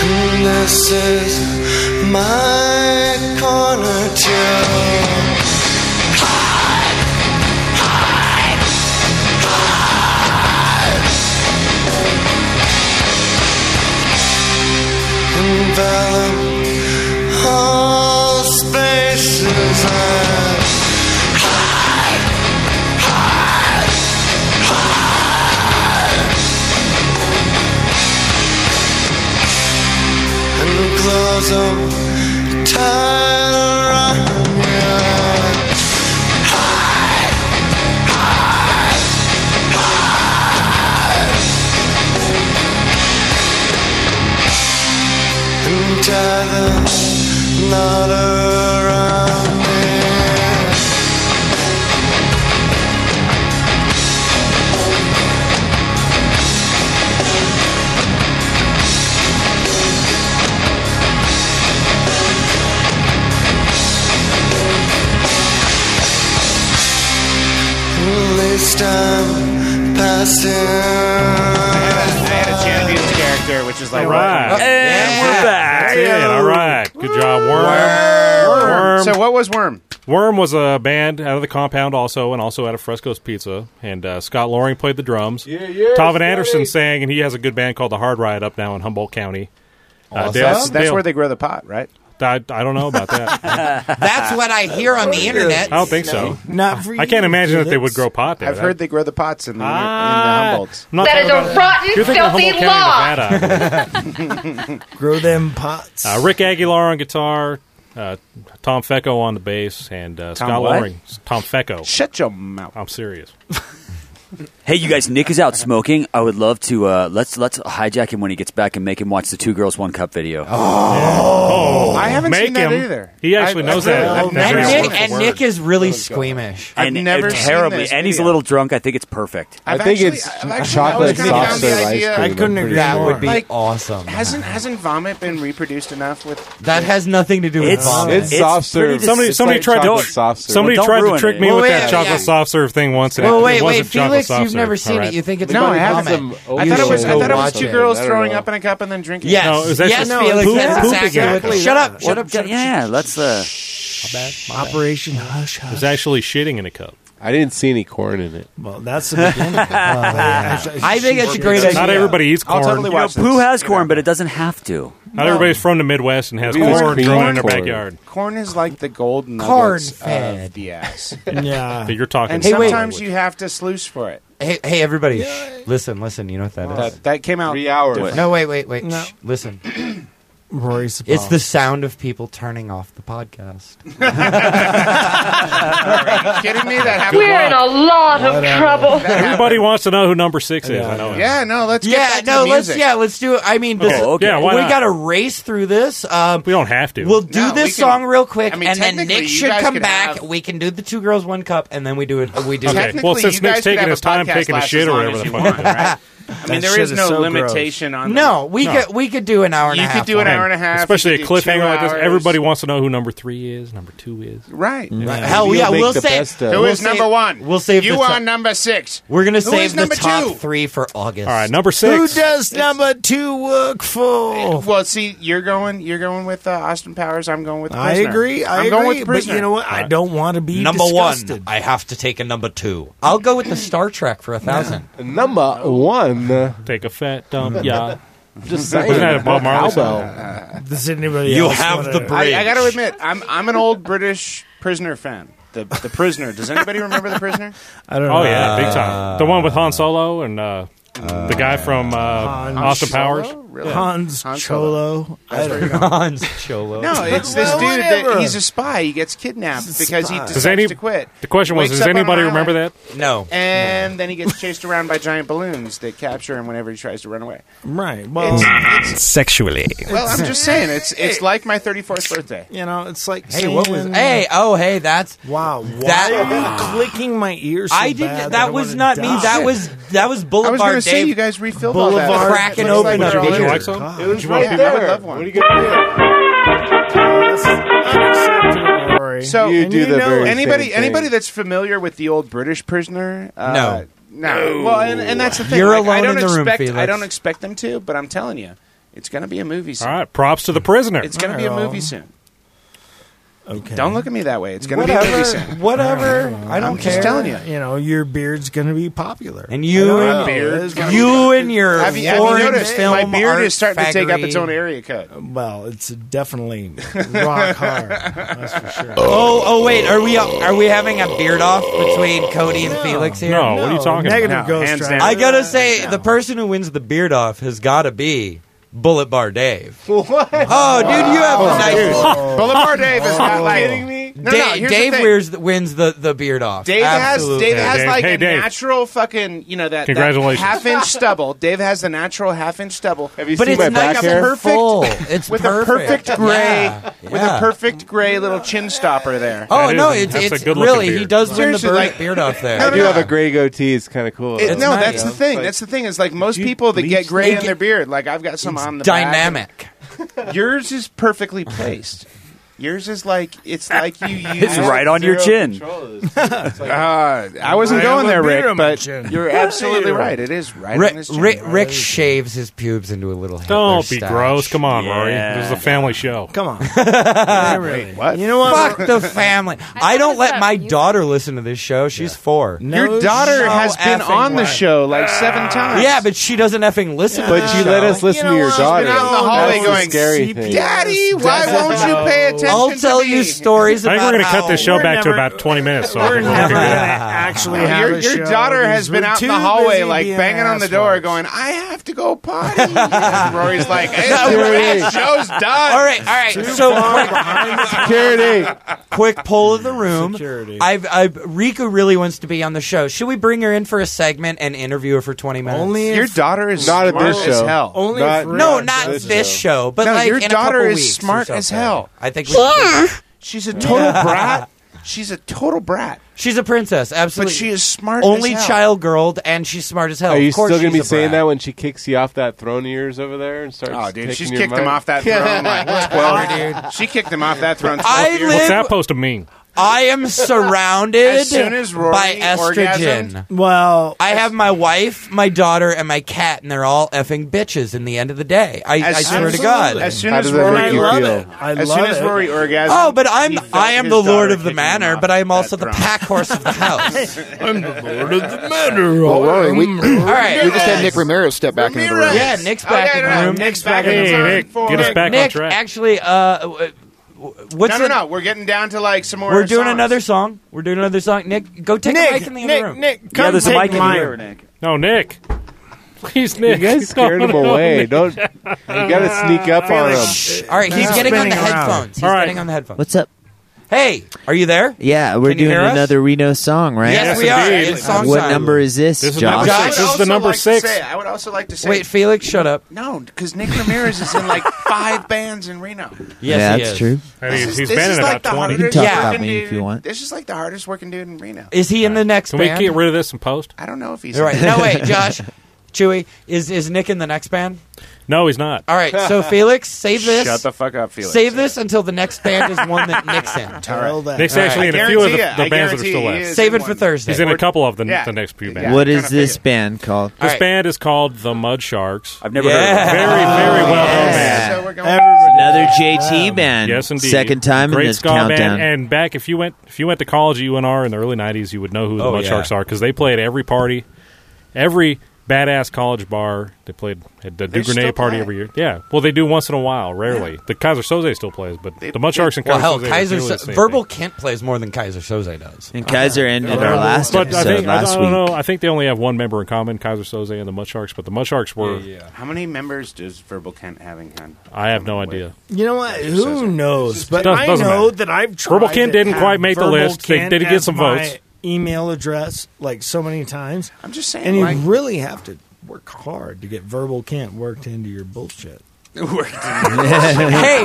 And this is my corner too. Envelop all spaces and hide, hide, hide, and close them tight around you. Hide, hide, hide, and tie the knot around me. This time passing.
They had a champions character, which is like,
All right.
and we're back.
That's it. All right. Good job, Worm. Worm.
So what was Worm?
Worm was a band out of the compound also, and also out of Fresco's Pizza. And uh, Scott Loring played the drums. Yeah, yeah. Tavin Anderson sang, and he has a good band called the Hard Ride up now in Humboldt County. Uh,
Awesome. That's- that's where they grow the pot, right?
I, I don't know about that.
That's what I hear on the internet.
I don't think so.
Not for
I can't imagine that they would grow pot there. Ah.
I've heard they grow the pots in the, in the Humboldts.
Not
That
talking
is a
about-
rotten,
You're
filthy
thinking of Humboldt County,
law.
Nevada, I believe.
Grow them pots.
Uh, Rick Aguilar on guitar, uh, Tom Fecko on the bass, and uh, Scott
what?
Loring. Tom Fecko.
Shut your mouth.
I'm serious.
Hey, you guys, Nick is out smoking. I would love to uh, let's let's hijack him when he gets back and make him watch the Two Girls One Cup video.
Oh,
I haven't
Make
seen that
him.
either.
He actually knows that.
I've
That's
never
his
seen
word.
it.
And Nick is really squeamish.
and
I've never
and
seen
terribly,
this
and he's a
video.
little drunk. I think it's perfect.
I've
I think
actually-
it's
I've actually- I
chocolate
was kinda
soft
down the
serve ice cream.
idea-
I'm pretty
That
sure.
would be
Like,
awesome.
Hasn't hasn't vomit been reproduced enough with
That has nothing to do with
It's-
vomit.
it's It's soft serve. pretty dis-
Somebody,
It's
somebody
like
tried to
chocolate soft serve.
somebody
Well, don't
tried to
ruin
trick
it.
me
Well,
with
wait,
that chocolate
yeah.
soft serve thing once. and
Well,
it
wait,
wasn't
wait,
chocolate
Felix,
soft
you've
serve.
never seen
All
it. You think it's
no,
about
I haven't.
vomit.
I thought it was. I
Oh, You
thought it was
should
two
watch
girls
it.
throwing up in a cup and then drinking.
Yes.
it.
No, it was actually Yes, no, Felix, poop- that's poop exactly again. what- Shut up, shut up, shut up.
Yeah, let's. Uh,
Operation Hush Hush.
It's actually shitting in a cup.
I didn't see any corn in it.
Well, that's the beginning.
Oh,
I think that's a great idea.
Not everybody eats corn.
you know, Pooh has corn, but it doesn't have to.
Not everybody's from the Midwest and has
It was
corn
cream
growing in their
corn.
backyard.
Corn is like the gold
Corn
nuggets
fed.
of the ass,
yeah.
But you're talking.
and
Hey, wait.
sometimes you have to sluice for it.
Hey, hey, everybody! Shh. Listen, listen. You know what that is?
That, that came out
Three hours.
No, wait, wait, wait.
No.
Shh. Listen,
Rory
it's the sound of people turning off the podcast.
Are you kidding me? That happened.
We're in a lot of trouble.
Everybody wants to know who number six is. I know. it.
Yeah, no, let's get
yeah,
back to
no,
the
let's
music.
yeah, let's do. it. I mean, this,
Oh, Okay. Okay. Yeah, why
we
not?
got to race through this. Um,
We don't have to.
we'll do
No, we
this
can-
song real quick,
I mean,
and then
technically,
Nick
you
should
guys
come
could
back.
have-
we can do the two girls, one cup, and then we do it. We do.
Okay.
Technically,
Well, since
you
Nick's
guys could
taking
have
his
a
time
podcast
taking a
last
shit
as
or
long
whatever
as
the
you
fuck.
want,
it is.
right? I mean, there is no limitation on.
No,
the-
we could we could do an hour and
You
a
could
half.
do an
on it.
hour and a half.
Especially a
you could do two
cliffhanger like this.
hours.
Everybody wants to know who number three is, number two is.
Right.
Yeah.
Hell yeah, we'll save.
Who is number one?
We'll save.
You
the
are
top-
number six.
We're gonna
Who
save
is
the
number
top
two?
three for August.
All right, number
Who does
number two work for? Eh, Well, see, you're going. You're going with uh, Austin Powers. I'm going with.
I
Prisoner.
agree. I
I'm going
agree,
with
but
prisoner.
you know what? I don't want to be
number
disgusted.
one. I have to take a number two. I'll go with the Star Trek for a thousand.
Number one.
Take a fat dump, yeah.
Just saying.
Wasn't that a Bob Marley
Cowbell.
song?
Does anybody?
You
else
have
wanna-
the
I, I got to admit, I'm I'm an old British prisoner fan. The the prisoner. Does anybody remember the prisoner?
I don't
oh,
know.
yeah, big
Uh,
time. The one with Han Solo and uh, the guy from uh, Austin Powers.
Really?
Hans, Cholo.
That's
I
where
don't
you're
know.
going.
Cholo.
No, it's this
Well,
dude
whatever.
that he's a spy. He gets kidnapped because he
spy.
decides
Does any-
to quit.
The question was,
Wakes
does
up on an
anybody
island,
remember that?
No.
And then he gets chased around by giant balloons that capture him whenever he tries to run away.
Right. Well,
Sexually.
Well, I'm just saying, it's it's like my 34th birthday.
you know, it's like
Hey, what was?
saying-
Hey, oh, hey, that's
wow. Why are you clicking my ears? So
I didn't.
bad
That,
I
was
wanna
not me.
die?
That was that was
I was
Boulevard
going to
Dave.
say you guys refilled all that.
Boulevard cracking
Looks like
open
we're
a
all
beer.
in.
Like some?
It was
You want
right
people-
there. I would love one.
What are you gonna
do?
So
you do the very
anybody
same thing.
anybody that's familiar with the old British prisoner? Uh,
No.
no. Well, and, and that's the thing.
You're
like, I
alone
don't
in the room,
expect, I
Felix.
don't expect them to, but I'm telling you, it's going to be a movie soon.
All right, props to the prisoner.
It's going to be a movie soon.
Okay.
Don't look at me that way. It's going to be a movie
Whatever.
soon.
Whatever. I don't
I'm
care.
just telling you.
You know, your beard's going to be popular.
And you,
I don't
and
know.
beard.
It's gonna be-
you and your
Have you, have you
foreign
noticed
film
my beard
art
is starting to take up
faggery.
its own area code?
Well, it's definitely rock hard. That's for sure.
Oh, oh, wait. Are we are we having a beard off between Cody and Felix here?
No, what are you talking
negative
about?
ghost
hands
rider.
down.
I gotta say, the person who wins the beard off has got to be Bullet Bar Dave.
What?
Oh, dude, you have a nice.
Boulevard Dave is not like kidding me. No, no,
Da-
here's
Dave
the thing.
wears, wins the, the beard off.
Dave
Absolutely.
has Dave has like
Hey,
a
Dave.
natural fucking you know that,
Congratulations.
half inch stubble. Dave has the natural half inch stubble. Have you
But it's nice and full. It's
with
perfect.
a perfect gray
Yeah,
with
yeah.
a perfect gray little chin stopper there.
Oh
That
no,
is-
it's,
that's a
it's
good-looking
really he
beard.
does win
Seriously,
the
like-
like, beard off there.
I do have a gray goatee. It's kind of cool.
It- no,
nice.
that's the thing. That's the thing. Is like most people that get gray
It
in their beard. Like I've got some on the back.
dynamic.
Yours is perfectly placed. Yours is like it's like you. Use
It's right on your
zero
chin.
Uh, I wasn't
I
going there,
have a beer
Rick,
on my
but
chin.
you're absolutely right. It is right
Rick,
on his chin.
Rick, Rick shaves his pubes into a little. Hitler
Don't be
stash.
gross. Come on, Rory.
Yeah.
This is a family show.
Come on. Yeah, really.
What?
You know what?
Fuck the family. I don't let my daughter listen to this show. She's four.
No
Your daughter
shit.
has been
effing
on the
way.
show like seven times.
Yeah, but she doesn't effing listen. to
But
the
you
show.
let us listen
You know
to your
what?
daughter.
She's been out in the hallway
That's the
going,
scary thing.
Daddy, why won't you pay attention?
I'll
to
tell
me?
you stories.
I think we're
about
going to cut
how-
this show
We're
back
never-
to about 20 minutes. So
We're never going to
uh,
actually
Your-
have
Your,
a show
daughter has
because
been
we're
out in the
too
hallway,
busy
like
being
banging on the door,
assholes.
going, "I have to go potty." And Rory's like, hey, "The show's done."
All right, all right. so
Security.
quick, quick poll of the room.
Security.
I've, I've Rika really wants to be on the show. Should we bring her in for a segment and interview her for twenty minutes?
Only if,
Your daughter is
Not at
smart
this
as
show.
hell.
only
Not-
if Rick-
no, not this, show. But
No,
like
your
in a
daughter
couple
is
weeks or
smart as
something.
hell.
I think. We should-
She's a total brat. She's a total brat,
She's a princess,
but
absolutely.
she is smart.
only
as hell.
child girl, and she's smart as hell.
Are you
of course
still gonna
she's
be
a
saying
brat.
that when she kicks you off that throne of yours over there and starts?
Oh, dude,
taking
she's
your
kicked him
money?
off that
Oh,
throne like twelve. She kicked him off that throne. 12
I
years
live-
What's that supposed to mean?
I am surrounded
As soon as Rory
by estrogen.
orgasmed-
Well,
I have my wife, my daughter, and my cat, and they're all effing bitches. In the end of the day, I, I
As
swear to
soon-
God.
As soon
How
as
does that
Rory,
make you
I love
feel?
it. I
as
love
soon as
it.
Rory orgasmed,
oh, but I'm
he felt
I am
his
the lord
daughter
of the
kicking him
manor,
off
but I am
that
also the
throne.
pack horse of the house.
Well, Rory, we,
Mm. all right,
we just had Nick Romero step back into the room.
yeah, Nick's back
Okay,
in the
no, no,
room.
Nick's back
Hey,
in the room.
Nick, get us back on
Nick,
track.
actually, uh, w- w- what's
No, no,
the-
no. We're getting down to like some more.
We're doing
songs.
another song. We're doing another song. Nick, go take a mic
Nick,
in the other
Nick,
room.
Nick, come
yeah, there's a
take
mic in
mine.
here.
No, Nick. Please,
You
Nick.
guys scared
No,
him
no,
away.
Nick.
Don't. You gotta sneak up on him.
uh,
All right, he's
He's
getting on the
spinning around.
headphones. He's
All right.
getting on the headphones.
What's up?
Hey, are you there?
Yeah, we're
Can you
doing
hear us?
another Reno song, right?
Yes,
Yes,
we are.
indeed.
It's song
what
time.
number is this,
This is
Josh?
number
I
six.
would
This is
also
the number
like to
six.
say- I would also like to say,
Wait, Felix, shut up.
no, because Nick Ramirez is in like five bands in Reno.
Yes,
yeah,
he
that's
is.
true.
Hey, he's
This
he's
is
been in
like
about
the
20.
hardest
You can talk about
working
me if you
dude-
want.
This is like the hardest working dude in Reno.
Is he in the next
Can we
band?
get rid of this and post?
I don't know if he's.
All right. No, wait, Josh. Chewy, is is Nick in the next band?
No, he's not.
All right, so Felix, save this.
Shut the fuck up, Felix.
Save this until the next band is one that Nick's in.
Tell
that. Nick's actually in a few of the- the bands that are still left.
Save it for Thursday.
He's in a couple of the, the next few bands.
what is this band called?
This band is called the Mud Sharks. I've
never heard of Yeah. them.
Very, very well known
Yeah.
band.
Another JT band.
Yes, indeed.
Second time
Great
in this
ska
countdown.
Band. And back if you went if you went to college at UNR in the early '90s, you would know who the
Oh,
Mud
yeah.
Sharks are because they played every party, every badass college bar. They played at the
They still
Dugrenay party
play.
every year. Yeah, well, they do once in a while, rarely. The Kaiser Soze still plays, but the Mud Sharks and
well,
Kaiser
hell,
Soze are
Kaiser
really the
So-
same
Verbal Kent plays more than Kaiser Soze does.
And Kaiser ended
Oh.
But
our last
I
episode
think, I
last
don't
week.
know. I think they only have one member in common, Kaiser Soze and the Mud Sharks. But the Mud Sharks were.
How many members does Verbal Kent having on?
I have no idea.
You know what? Who knows? But
Doesn't-
I
doesn't
know
matter.
that I've tried.
Verbal Kent
to
didn't
have
quite make the
Verbal
list. They
Kent
did get
as
some
my
votes.
Email address like so many times. I'm
just saying,
and you
like-
really have to work hard to get Verbal Kent worked into your bullshit.
Worked
hey,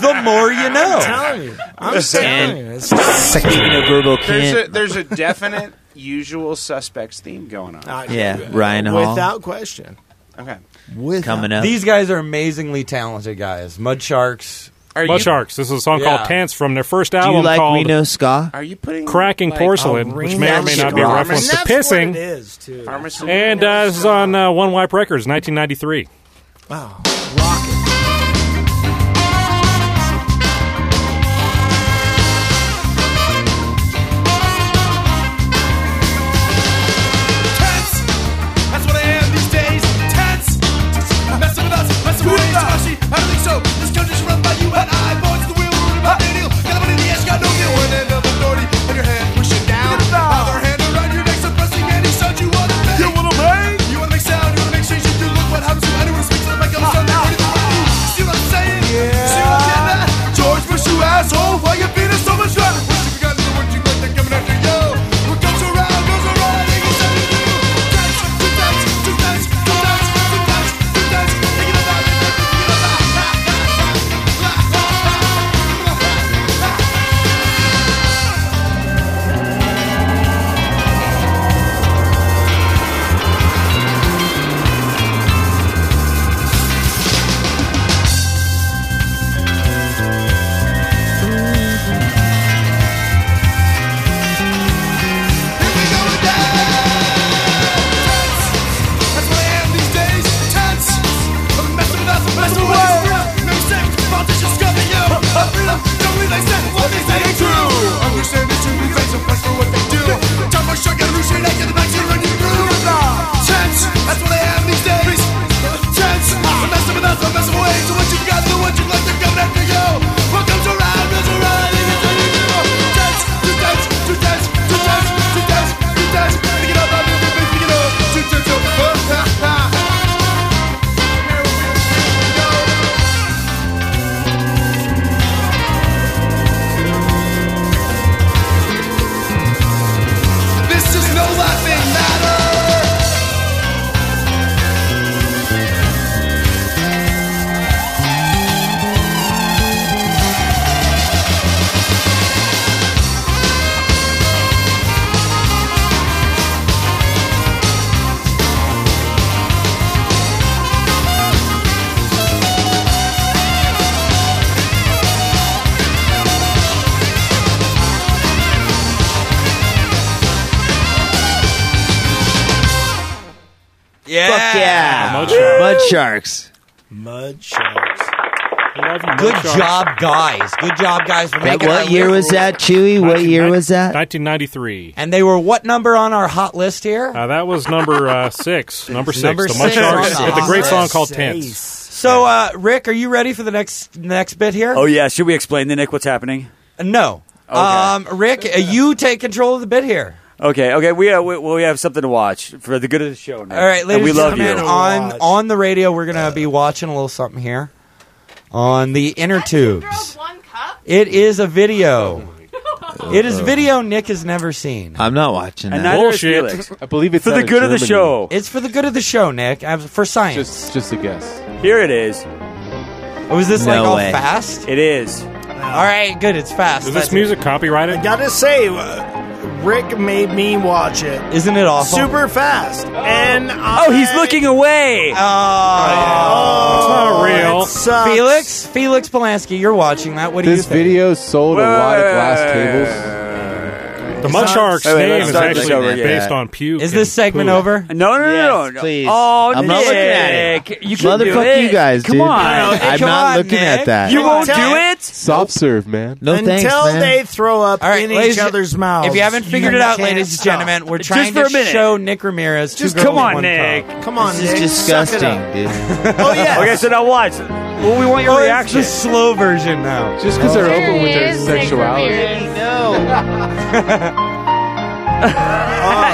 the more you know.
I'm telling you. I'm
Just
telling
saying.
you. It's
Speaking of Verbal
There's a,
Kent,
there's a definite usual suspects theme going on.
yeah, Ryan Hall.
Uh, without question.
Okay.
Coming up.
These guys are amazingly talented guys. Mud Sharks.
Mud Sharks. This is a song
Yeah.
called Tants from their first
Do you
album
like
called
Reno
Ska?
Are you putting
Cracking
like,
Porcelain,
a
which
Reno
may or may not be a
Ska?
reference to
That's what
pissing.
it
is, too.
And uh, this is on uh, One Wipe Records, 1993.
Wow.
Tense. That's what I am these days. Tense. Messing with us. Messing with us. Takashi, I don't think so. This country's run by you and I. Boys, the wheel ruined by any deal. Got a money in the ass, got no deal. One end of authority in your hand, push it down. Other hand around your neck, suppressing any sound you wanna make. You wanna make? You wanna make sound. You wanna make changes. You look what happens when anyone speaks up. I come down there. See what I'm saying? Yeah. See what I'm getting at? George Bush, you asshole. Why you beat us so much? What you got in the work you got? They're coming after you. What goes around goes around. It goes around. This is no laughing matter.
Yeah.
Fuck yeah.
Mud
Woo!
Sharks.
Mud Sharks.
Mud Sharks.
Good
Mud Sharks.
job, guys. Good job, guys. For
That,
making our
what year was
list.
that, Chewy? What year was that?
1993.
And they were what number on our hot list here?
Uh, that was number uh, six. Number six.
Number
the Mud
six
Sharks
on the
with a great
hot
song
list.
called
Six.
Tents.
So, uh, Rick, are you ready for the next next bit here?
Oh yeah, should we explain to Nick what's happening?
No. Um, Rick, uh, you take control of the bit here.
Okay, okay, we uh, we, well, we have something to watch for the good of the show. Nick.
All right, ladies
and we
and
love you.
gentlemen, on on the radio, we're gonna be watching a little something here on the inner tubes. It is a video. It is video Nick has never seen.
I'm not watching
Oh And
that.
neither is Bullshit. Felix.
I believe it's
For the
out of
good of the
Germany.
show. It's for the good of the show, Nick. Abs- For science.
Just, just a guess.
Here it is.
Was Oh, this like
No
all
way.
fast?
It is.
All right, good. It's fast.
Is this music copyrighted?
Gotta say, uh, Rick made me watch it.
Isn't it awful?
Super fast. And I,
Oh, he's looking away. Oh,
not
real.
Felix, Felix Polanski, you're watching that. What do
this
you think?
video sold a lot of glass tables.
The Mud Shark's
Wait, wait,
name
let's
is
start this
actually
over again.
based on puke.
Is
and
this segment
poo.
over?
No, no, no, no, no.
please.
Oh,
I'm not
Nick.
looking at it.
You can do
Motherfuck
it.
you guys,
Come
dude.
on.
I'm
Come
not
on,
looking
Nick.
at that.
You won't do
Tell-
it?
Soft serve, man.
No thanks,
until
man.
they throw up
All right,
in
ladies
each
and-
other's mouths.
If you haven't figured it out, ladies and gentlemen, we're trying
for a
to
minute.
show Nick Ramirez. Two
Just
girls,
come on,
one
Nick.
Cup.
Come on,
This is disgusting, dude.
Oh yeah.
Okay, so now watch. Well, we want your
Oh, it's
reaction.
the slow version now.
Just because they're open with their
is Nick
sexuality.
Ramirez.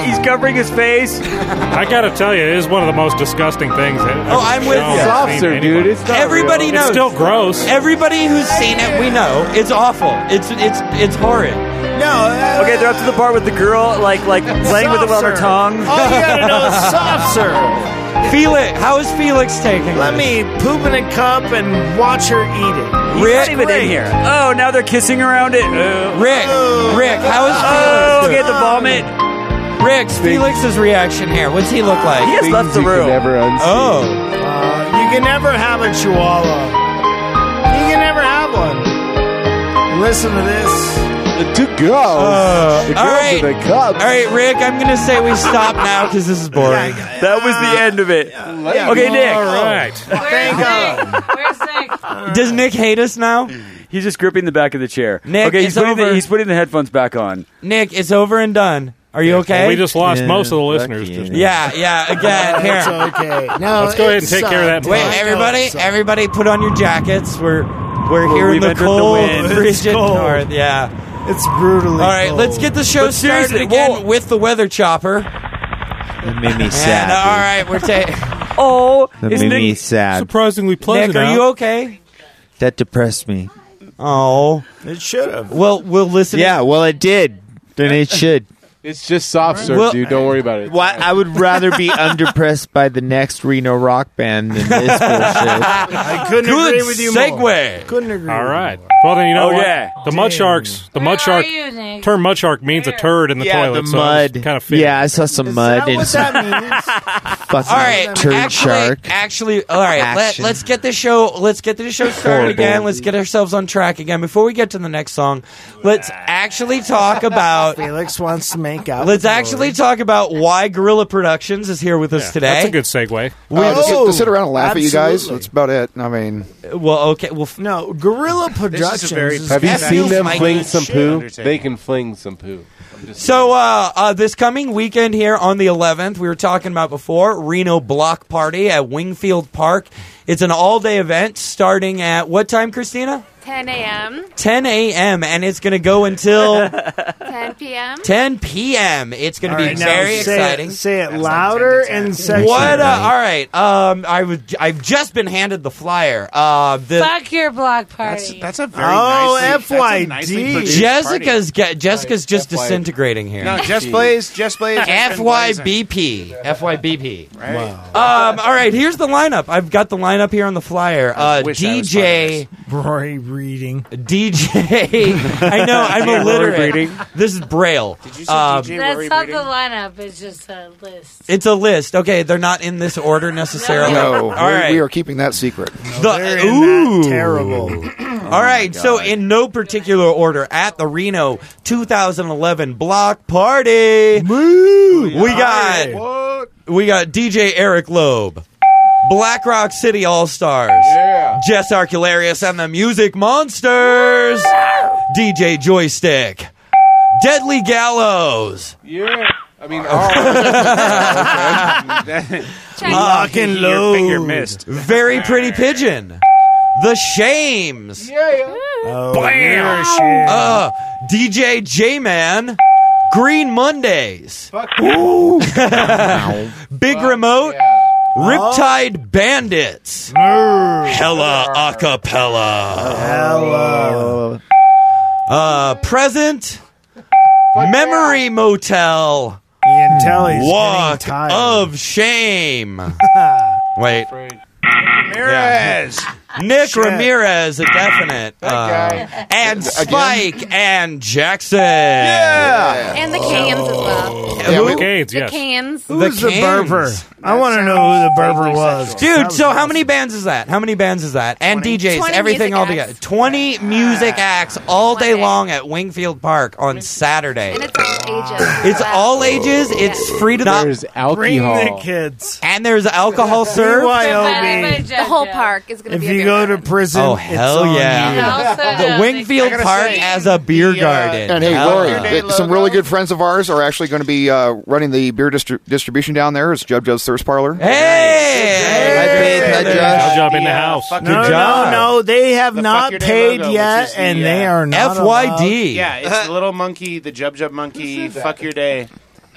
He's covering his face.
I gotta tell you, it is one of the most disgusting things. That
Oh, I'm with you.
Softer, dude. It's not
Everybody
real.
knows.
It's still gross.
Everybody who's seen it, we know it's awful. It's it's it's horrid.
No.
Okay, they're up to the part with the girl, like like playing with it on her
Soft serve.
tongue.
All you gotta know is soft serve.
Felix, how is Felix taking?
Let
this?
me poop in a cup and watch her eat it.
He's
Rick-
not even in here. Oh, now they're kissing around it. Oh,
Rick, Rick, how is
oh
Felix?
okay, the vomit.
doing? Rick's Felix's reaction here. What's he look
He
like?
has left
Things
the
you can
room.
never unsee.
Oh,
Uh, you can never have a chihuahua. You can never have one. Listen to this.
The two girls. the girls
all right.
and the cubs.
all right, Uh, Rick. I'm gonna say we stop now because this is boring.
That was the end of it. Okay,
All
Nick.
right.
Thank God.
Where's Nick?
Does Nick hate us now?
He's just gripping the back of the chair.
Nick,
okay, he's
it's
putting, the,
over.
he's putting the headphones back on.
Nick, it's over and done. Are you okay?
We just lost
Yeah,
most of the
fuck
listeners.
you.
just now.
yeah, yeah. Again,
It's
here.
okay. No,
Let's go ahead and
it
take care of that.
sucked.
Wait,
I know
everybody, everybody, put on your jackets. We're we're
Well,
here in
we've
the
entered the
cold,
wind.
frigid
It's cold.
north. Yeah.
It's brutally.
All right, let's get the show
But
started
seriously,
again
we'll-
with the weather chopper.
It made me
And uh, all
sad.
right, we're ta-
Oh,
dude. That
is
made me
Nick?
sad.
Surprisingly pleasant.
Nick, are
huh?
you okay?
That depressed me.
Oh,
It should have.
well, we'll listen.
Yeah, well, it did. Then it should.
It's just soft serve,
Well-
dude. Don't worry about it.
Why? I would rather be underpressed by the next Reno rock band than this bullshit.
I couldn't
Good
agree with you
segue.
more. Couldn't agree.
All
with
right. Well, then you know
Oh,
what?
yeah.
The mud sharks. The
Where
mud shark.
Are you, Nick?
Term mud shark means a turd in the
yeah,
toilet.
the
so
mud.
Kind of
yeah, I saw some
you. Is
mud
that
and
what
some
that means?
fucking
All right,
turd
actually,
shark.
actually, all right. Let,
Action.
let's get this show. Let's get this show started
Horrible.
again. Let's get ourselves on track again. Before we get to the next song, let's actually talk about.
Felix wants to make out.
Let's
with
actually talk about why Gorilla Productions is here with us today.
That's a good segue.
Uh, just-
Oh,
to sit around and laugh at you guys.
absolutely.
That's about it. I mean,
Well, okay. Well, f-
No, Gorilla Productions.
very-
is
Have you
That
seen
feels
them
like
fling
good
some
shit.
poo?
Undertaker.
They can fling some poo. I'm just-
so uh, uh, this coming weekend here on the 11th, we were talking about before Reno Block Party at Wingfield Park. It's an all-day event starting at what time, Christina?
10 a.m.,
10 a.m. and it's going to go until
10 p.m.
10 p.m. It's going
All
to be
right, now
very
say
exciting.
It, say it louder and sexier.
what? A, all right. Um, I was. I've just been handed the flyer. Uh, the
Fuck your block
That's,
party.
that's a very
Oh,
nicely, that's a nicely
FYD.
produced party.
Jessica's get, Jessica's just
FYP.
disintegrating here.
No, just plays. Just plays. has been blazing.
FYBP. FYBP.
Right?
Um, all right, here's the lineup. I've got the lineup here on the flyer. Uh,
wish I was
DJ,
Rory reading.
DJ. I know I'm illiterate.
Breeding.
This is Braille.
Did you see
Um,
DJ Rory
That's not the
Breeding?
lineup. It's just a list.
It's a list. Okay, they're not in this order necessarily.
no,
All
we-
right.
we are keeping that secret.
The-
Oh, They're
ooh.
in that terrible.
All right, so in no particular order, at the Reno 2011 block party, we got
What?
we got DJ Eric Loeb, Black Rock City All Stars,
Yeah.
Jess Arcularius and the Music Monsters, DJ Joystick, Deadly Gallows,
Yeah. I mean, oh,
Lock and
Your
load.
finger missed.
uh, Very Pretty Pigeon, The Shames,
Oh, you're a shit.
uh, DJ J Man, Green Mondays, Big Remote. Riptide Bandits. Hella Acapella.
Hello.
Uh, present. Memory Motel.
You can tell he's getting
Walk
tired.
of Shame. Wait.
Ramirez.
Nick
Shit.
Ramirez, a definite.
guy.
uh, and
Again?
Spike and Jackson.
Yeah.
And the cans as well.
Yeah,
Who-
the cans,
The
yes.
cans.
Who's the
Cans.
Berber?
I want to know who the Berber was.
Dude, so how many bands is that? How many bands is that? And DJs,
20
everything
music
all together.
acts.
20 music acts all day long at Wingfield Park on Saturday. And it's all ages. It's all ages. It's free to
There's
Bring the
alcohol.
kids.
And there's alcohol served.
BYOB.
The whole park is going
If
to be.
you go to prison,
Oh,
it's
hell
on you.
yeah. And also,
The Wingfield
Uh, I gotta
Park
say, uh,
as a beer garden.
And hey,
Hell
Lori,
yeah.
th- some really good friends of ours are actually going to be uh, running the beer distri- distribution down there. It's Jub Jub's Thirst Parlor.
Hey,
hi,
Good
Josh.
job in the house.
No, no, no, no, they have not
Your Day
paid
logo, which
yet,
is the,
and
uh,
they are not. allowed.
Yeah, it's the little monkey, the Jub Jub monkey. Fuck your day.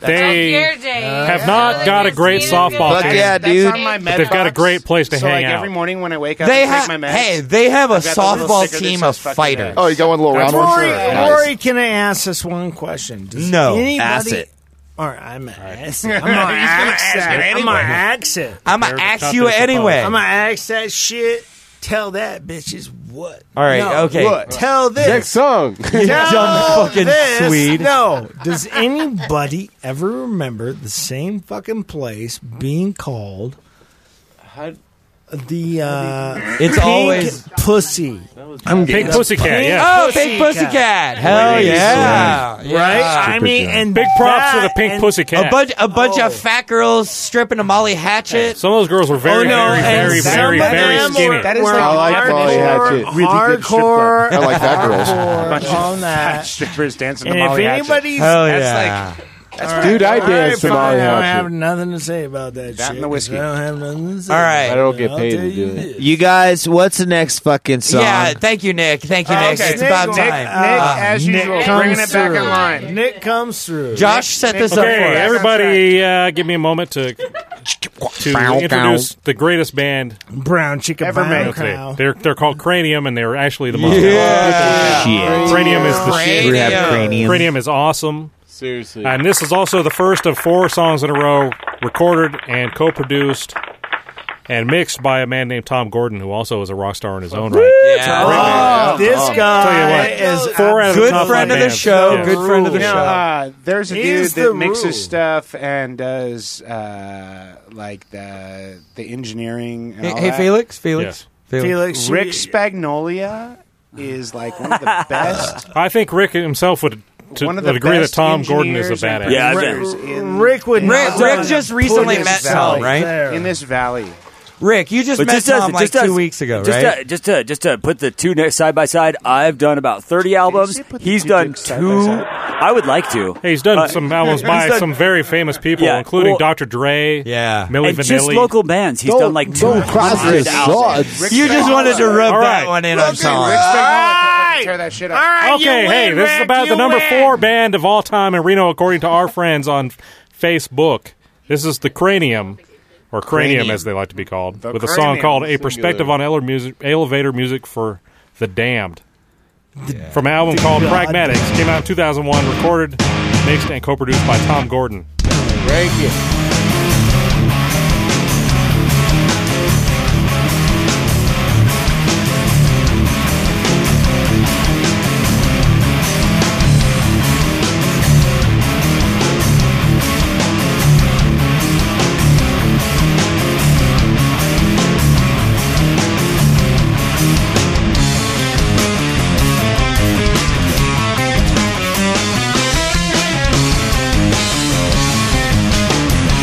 They have not got a great softball
Fuck
team.
yeah, dude. That's on my
Uh, But they've got a
Medbox.
great place to
So,
hang
like,
out.
every morning when I wake up,
They
I take
ha-
my meds.
hey, they have a
I've got the little
softball
sticker that
team
says
of
fuck your
fighters.
day.
Oh, you got one little round one?
Rory,
Nice.
Rory, can I ask us one question? Does
No.
anybody-
Ask it.
Or I'm gonna ask it.
He's
I'm
gonna
gonna
ask
ask
it
it. I'm
anyway.
gonna ask it.
I'ma They're the ask top you of the phone. anyway.
I'm gonna ask that shit. Tell that bitches what.
All right,
No,
okay.
What? Tell this.
Next song.
You
Tell
dumb fucking
this.
Swede.
No. Does anybody ever remember the same fucking place being called the uh,
It's
Pink
always-
pussy.
I'm Pink
getting-
Pussycat,
Pink
yeah. Oh, Pink Pussycat. Hell
Ladies.
yeah.
Right?
Yeah.
I
Stupid
mean,
guy.
and
Big props to
that
the pink
and-
pussy cat.
A bunch, a bunch of fat girls stripping to Molly Hatchet.
Some of those girls were very,
Oh, no,
very,
and
very,
some
very,
of
very
them
skinny.
were- That is were like I like hardcore- Molly Hatchet. Really good strip
hardcore.
club. I like that girl's.
hardcore
Bunch of
on that.
strippers dancing
And
to
if
Molly
anybody's,
Hatchet.
All right,
Dude, I
all right,
danced to
fine,
Molly
I don't
Hatchet.
have nothing to say about that.
That
shit,
and the whiskey.
'cause I don't have nothing to say.
All right.
I don't get
I'll
paid
tell
to
you
do it.
You guys, what's the next fucking song?
Yeah, thank you, Nick. Thank you,
Oh,
Nick.
okay.
It's about
Nick,
time.
Nick,
Uh,
as usual, bringing it back in line.
Nick comes through.
Josh set this up
Okay,
for us.
everybody, uh, give me a moment to to introduce the greatest band
Brown chicken
ever made.
cow.
They're they're called Cranium, and they're actually the most.
Yeah.
Shit.
Cranium is the shit.
We have Cranium.
Cranium is awesome.
Seriously.
And this is also the first of four songs in a row recorded and co produced and mixed by a man named Tom Gordon, who also is a rock star in his own right.
Oh, this guy is
Four out of the
Good
top
friend
five
of the
bands.
show,
Yeah.
good friend of the
You know,
show.
uh, there's a
He
dude
is
that
the
mixes
rule.
stuff and does uh, like the the engineering. And
Hey,
all
hey,
that.
Felix, Felix,
Felix,
Rick Spagnolia is like one of the best.
I think Rick himself would, to,
one of the
would agree that
best
Tom Gordon is a
engineers
badass.
and Yeah, I bet. producers in-
Rick would
in
not
this
Rick
have
just
put
recently
this
met
valley
Tom, right?
there.
in this valley.
Rick, you just
But
met
just as-
Tom like
just as-
two weeks ago,
just
right?
To, just to just to put the two next side by side, I've done about thirty albums. He's done two. I would like to.
Hey, he's done
Uh,
some albums
he's
by
done-
some very famous people,
Yeah,
including
well-
Dr. Dre,
yeah,
Millie
and just
Vanilli.
local bands. He's done like two hundred albums.
you just wanted to rub that one in on Tom.
Rick Spagnolia, tear that shit up.
okay, hey, this is about the number four band of all time in Reno, according to our friends on Facebook. This is the Cranium, or Cranium,
Cranium.
as they like to be called,
The
with a song
Cranium,
called "A
singular.
Perspective on Ele- Music, Elevator Music for the Damned," from an album called
God.
"Pragmatics." Came out in 2001, recorded, mixed, and co-produced by Tom Gordon.
Thank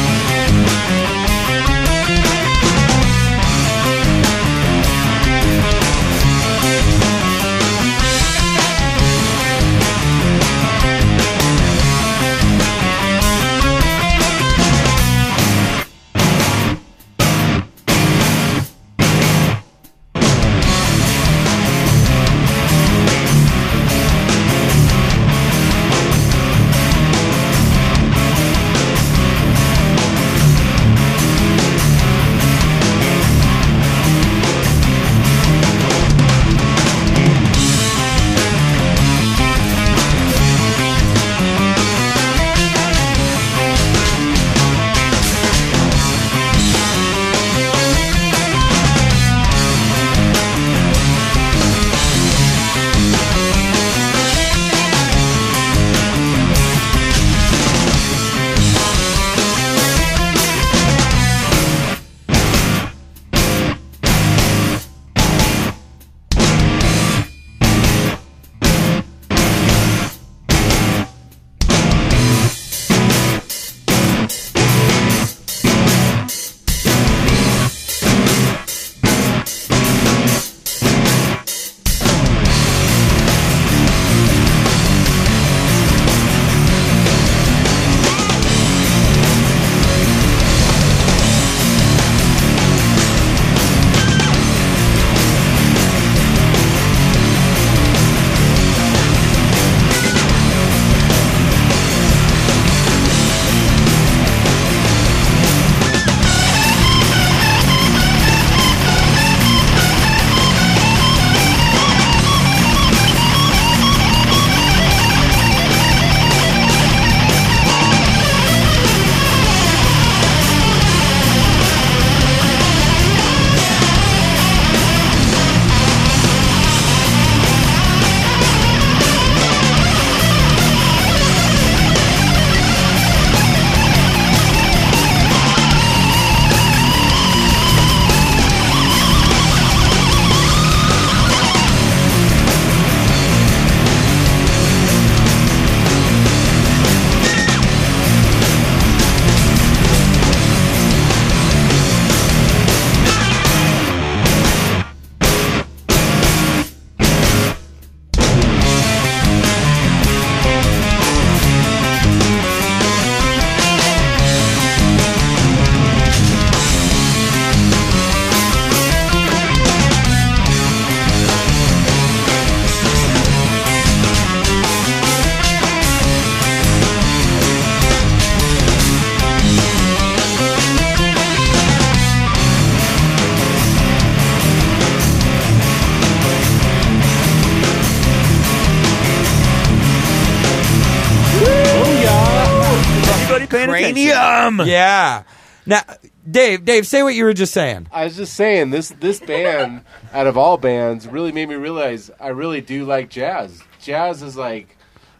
Um, paying attention. Yeah. Now, Dave, Dave, say what you were just saying.
I was just saying this this band out of all bands really made me realize I really do like jazz. Jazz is like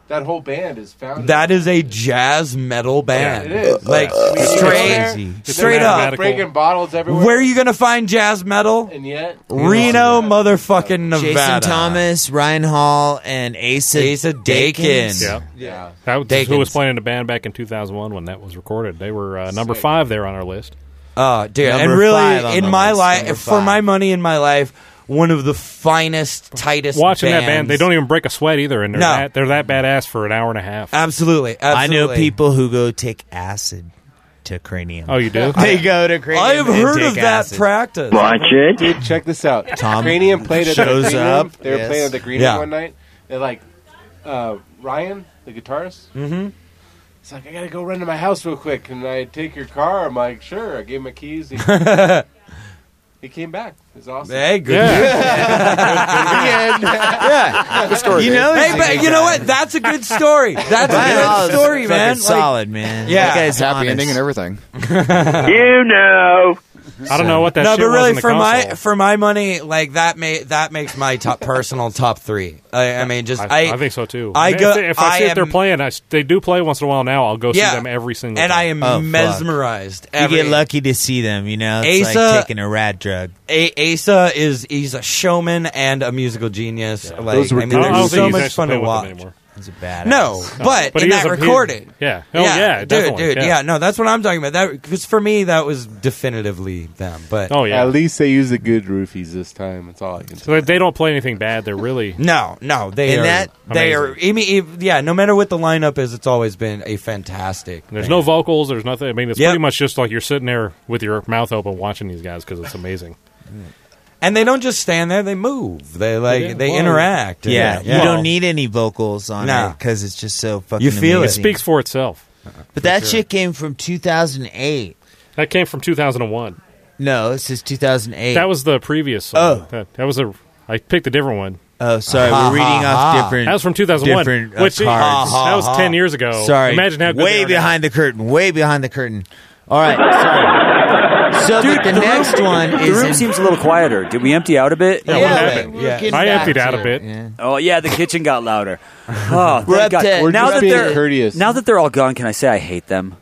that whole band is founded.
That is a jazz metal band.
Yeah, it is.
Like
I mean,
straight,
they're- they're
straight up.
breaking bottles everywhere.
Where are you going to find jazz metal?
And yet,
Reno, motherfucking Nevada.
Jason Thomas, Ryan Hall, and Asa,
Asa Dakin.
Yep.
Yeah.
That was
Dakins.
who was playing in the band back in 2001 when that was recorded. They were uh, number
Sick.
five there on our list.
Oh, dude. and really, in my life, for my money, in my life, one of the finest, tightest
watching that band,
bands.
they don't even break a sweat either, and they're
No.
that, they're that badass for an hour and a half.
Absolutely,
I know
absolutely.
people who go take acid to cranium.
Oh, you do?
they go to cranium.
I have
and
heard
take
of that
acid.
practice.
Dude, check this out.
Tom
Cranium played at the
shows
Green
up,
Room. They were
yes.
playing at the Green
Yeah.
Room one night. They're like, uh, Ryan, the guitarist.
Mm-hmm.
It's like I gotta go run to my house real quick. Can I take your car? I'm like, sure. I gave him my keys. He, he came back. It was awesome.
Hey, good.
Yeah.
yeah.
Good story, You Dave. know he's
hey,
a
but
good
you know
guy.
what? That's a good story. That's a
Wow,
good story, man.
fucking
Like-
solid, man.
Yeah.
That guy's
Happy
honest.
ending and everything.
You
know.
I don't know what that
no,
shit
but
was
really,
in the
for my
console.
for my money, like that may that makes my top personal top three. I, I mean, just I,
I, think so too.
I
if,
go.
they- if I, see
am,
if they're playing, I, s- they do play once in a while now. I'll go
Yeah.
see them every single.
and I am
Oh, fuck.
mesmerized. Every,
You get lucky to see them. You know, it's
Asa-
like taking a rad drug.
A- Asa is he's a showman and a musical genius. Like,
Those were
I mean,
good
they're
ones. I
so
don't think he's
much
actually
fun to
playing with them
watch.
anymore.
He's a badass.
No, but
But
in
he
that
is a- he-
recorded.
yeah. Oh, yeah,
dude,
definitely,
dude,
yeah.
yeah. no, that's what I'm talking about. That because for me that was definitively them. But
At least they use the good roofies this time. That's all I can say.
So they- they don't play anything bad. They're really
no, no. They
And
are,
that-
they
Amazing.
are. I mean, if- yeah. No matter what the lineup is, it's always been a fantastic.
There's
thing.
no vocals. There's nothing. I mean, it's
Yep.
pretty much just like you're sitting there with your mouth open watching these guys because it's amazing.
and they don't just stand there; they move. They like
Yeah,
they
well,
interact.
Yeah,
yeah.
you don't need any vocals on
Nah.
it because it's just so fucking.
You feel it.
amazing.
It
speaks for itself.
But that
sure.
shit came from 2008.
That came from 2001.
No, this is 2008.
That was the previous. Song.
Oh.
that, that was a. I picked a different one.
Oh, sorry, we're reading off different.
That was from 2001,
different, uh,
which
cards.
that was 10 years ago.
Sorry,
imagine how good they
way
are now.
behind the curtain. Way behind the curtain. All right, sorry. So but the, next one
the
is
room
in-
seems a little quieter. Did we empty out a bit?
Yeah, Yeah, what we're- happened? we're Yeah. getting I back emptied out to a bit.
Oh yeah, the kitchen got louder. Oh,
We're
thank
up
God.
to- We're
now
just
that
being
they're
courteous.
now that they're all gone, can I say I hate them?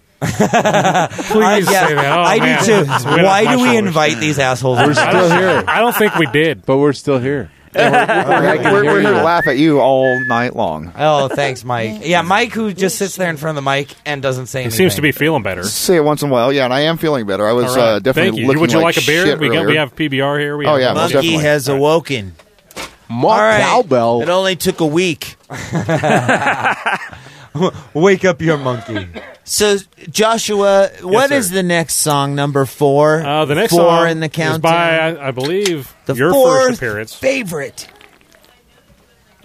Please say that. Oh,
I
man.
do too.
It's way
Why
off my
do we
shoulders.
invite these assholes?
We're still here.
I
don't think we did,
but we're still here.
We're, we're- we're here to laugh at you all night long.
Oh, thanks, Mike. Yeah, Mike, who just sits there in front of the mic and doesn't say
He
anything.
seems to be feeling better.
Say it once in a while. Yeah, and I am feeling better. I was
All right.
uh, definitely
Thank you.
looking
Would you like,
like,
a beer?
shit
We, got,
earlier.
we have PBR here. We
Oh,
have
yeah,
Monkey
most definitely.
has awoken.
Mark Cowbell.
It only took a week.
Wake up your monkey.
So, Joshua, what is the next song? Number four.
Uh, the next
four
song
in the
is
countdown.
by, I, I believe,
The
your
fourth
first appearance.
favorite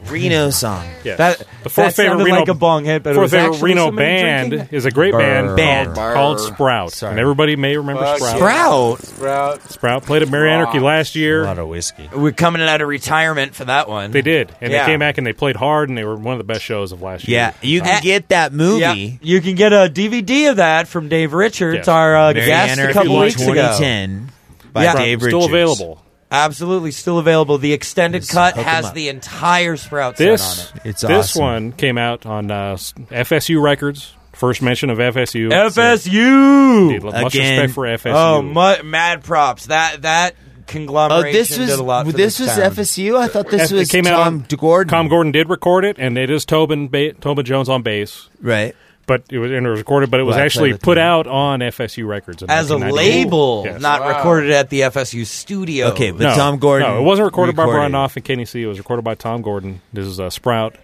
Reno song.
Yes.
That-
the fourth
that
favorite
sounded
Reno,
like a bong hit, but it
fourth
was
favorite
actually
Reno
somebody
band
drinking it.
is a great band
Band.
called,
Burr.
called Sprout, and everybody may remember
Fuck
Sprout.
yeah. Sprout?
Sprout.
Sprout played at Mary Anarchy
Sprout.
last year. A
lot of whiskey.
We're coming out of retirement for that one.
They did, and
Yeah.
they came back and they played hard, and they were one of the best shows of last year.
Yeah, you can get that movie.
Uh, Yeah, you can get a DVD of that from Dave Richards,
Yes.
our uh,
Mary
guest
Ann
a couple
Erkey,
weeks ago.
2010 by Dave
Still
Richards.
available.
Absolutely, still available. The extended cut
hook 'em
has
up.
the entire Sprout set on
This
it.
It's
this
awesome.
one came out on uh, s- FSU Records. First mention of FSU.
FSU
Dude, much respect for FSU.
Oh, mu- mad props. That that
Oh,
conglomeration
this was
did a lot. For
this was
town.
FSU. I thought this
It
was
came out
Tom
on-
Gordon.
Tom Gordon did record it, and it is Tobin ba- Tobin Jones on bass.
Right.
But it was and it was recorded, but it was
Well, I
actually
played with
put out on FSU Records in
as a
1998.
label,
Yes.
not recorded at the FSU studio.
No, No, it wasn't recorded, by Bronoff and Kenny C. It was recorded by Tom Gordon. This is uh, Sprout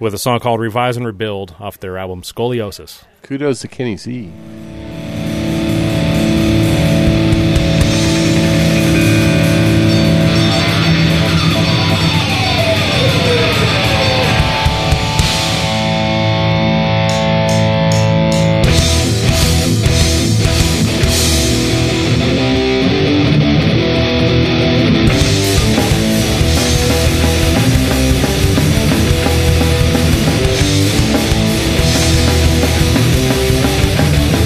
with a song called "Revise and Rebuild" off their album Scoliosis.
Kudos to Kenny C.
Thank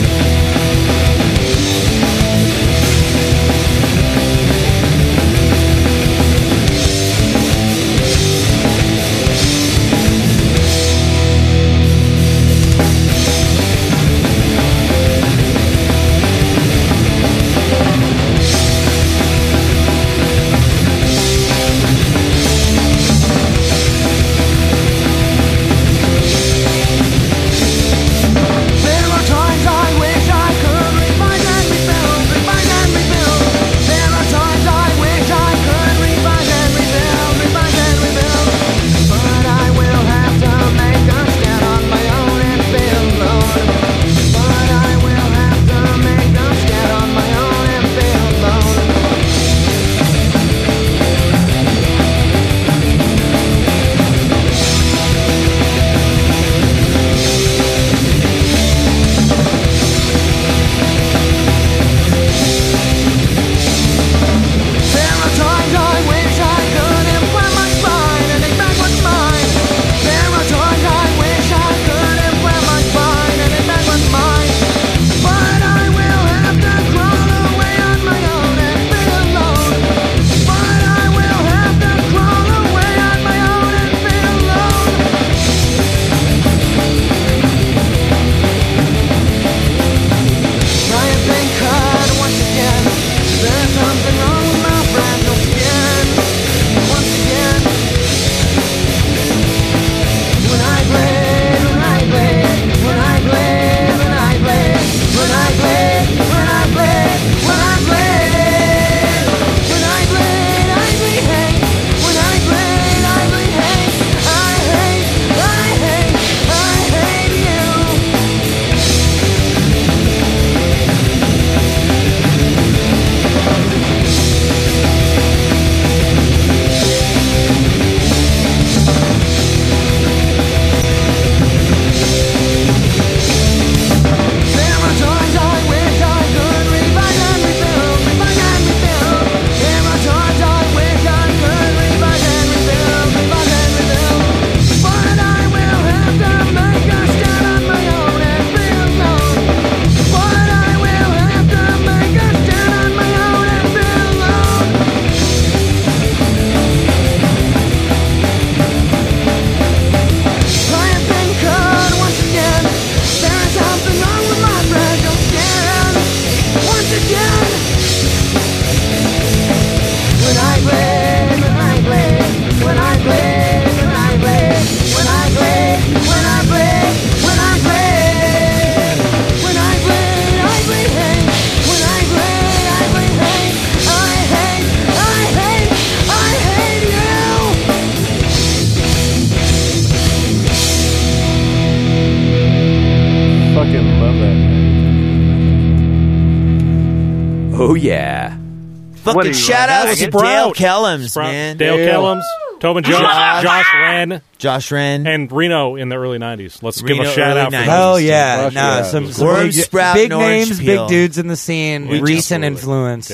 Oh yeah.
What are
Fucking
you,
shout outs to
Sprout.
Dale Kellums,
Sprout.
man.
Dale
Yeah.
Kellums, Tobin Jones,
Josh-
Josh, Wren,
Josh Wren,
and Reno in the early '90s. Let's give
Reno,
a shout
early
out. For
90s.
them.
Hell yeah, nah, some, some
Worm
big,
sprout
big
and orange
names,
peel.
big dudes in the scene,
Yeah,
recent
absolutely.
influence.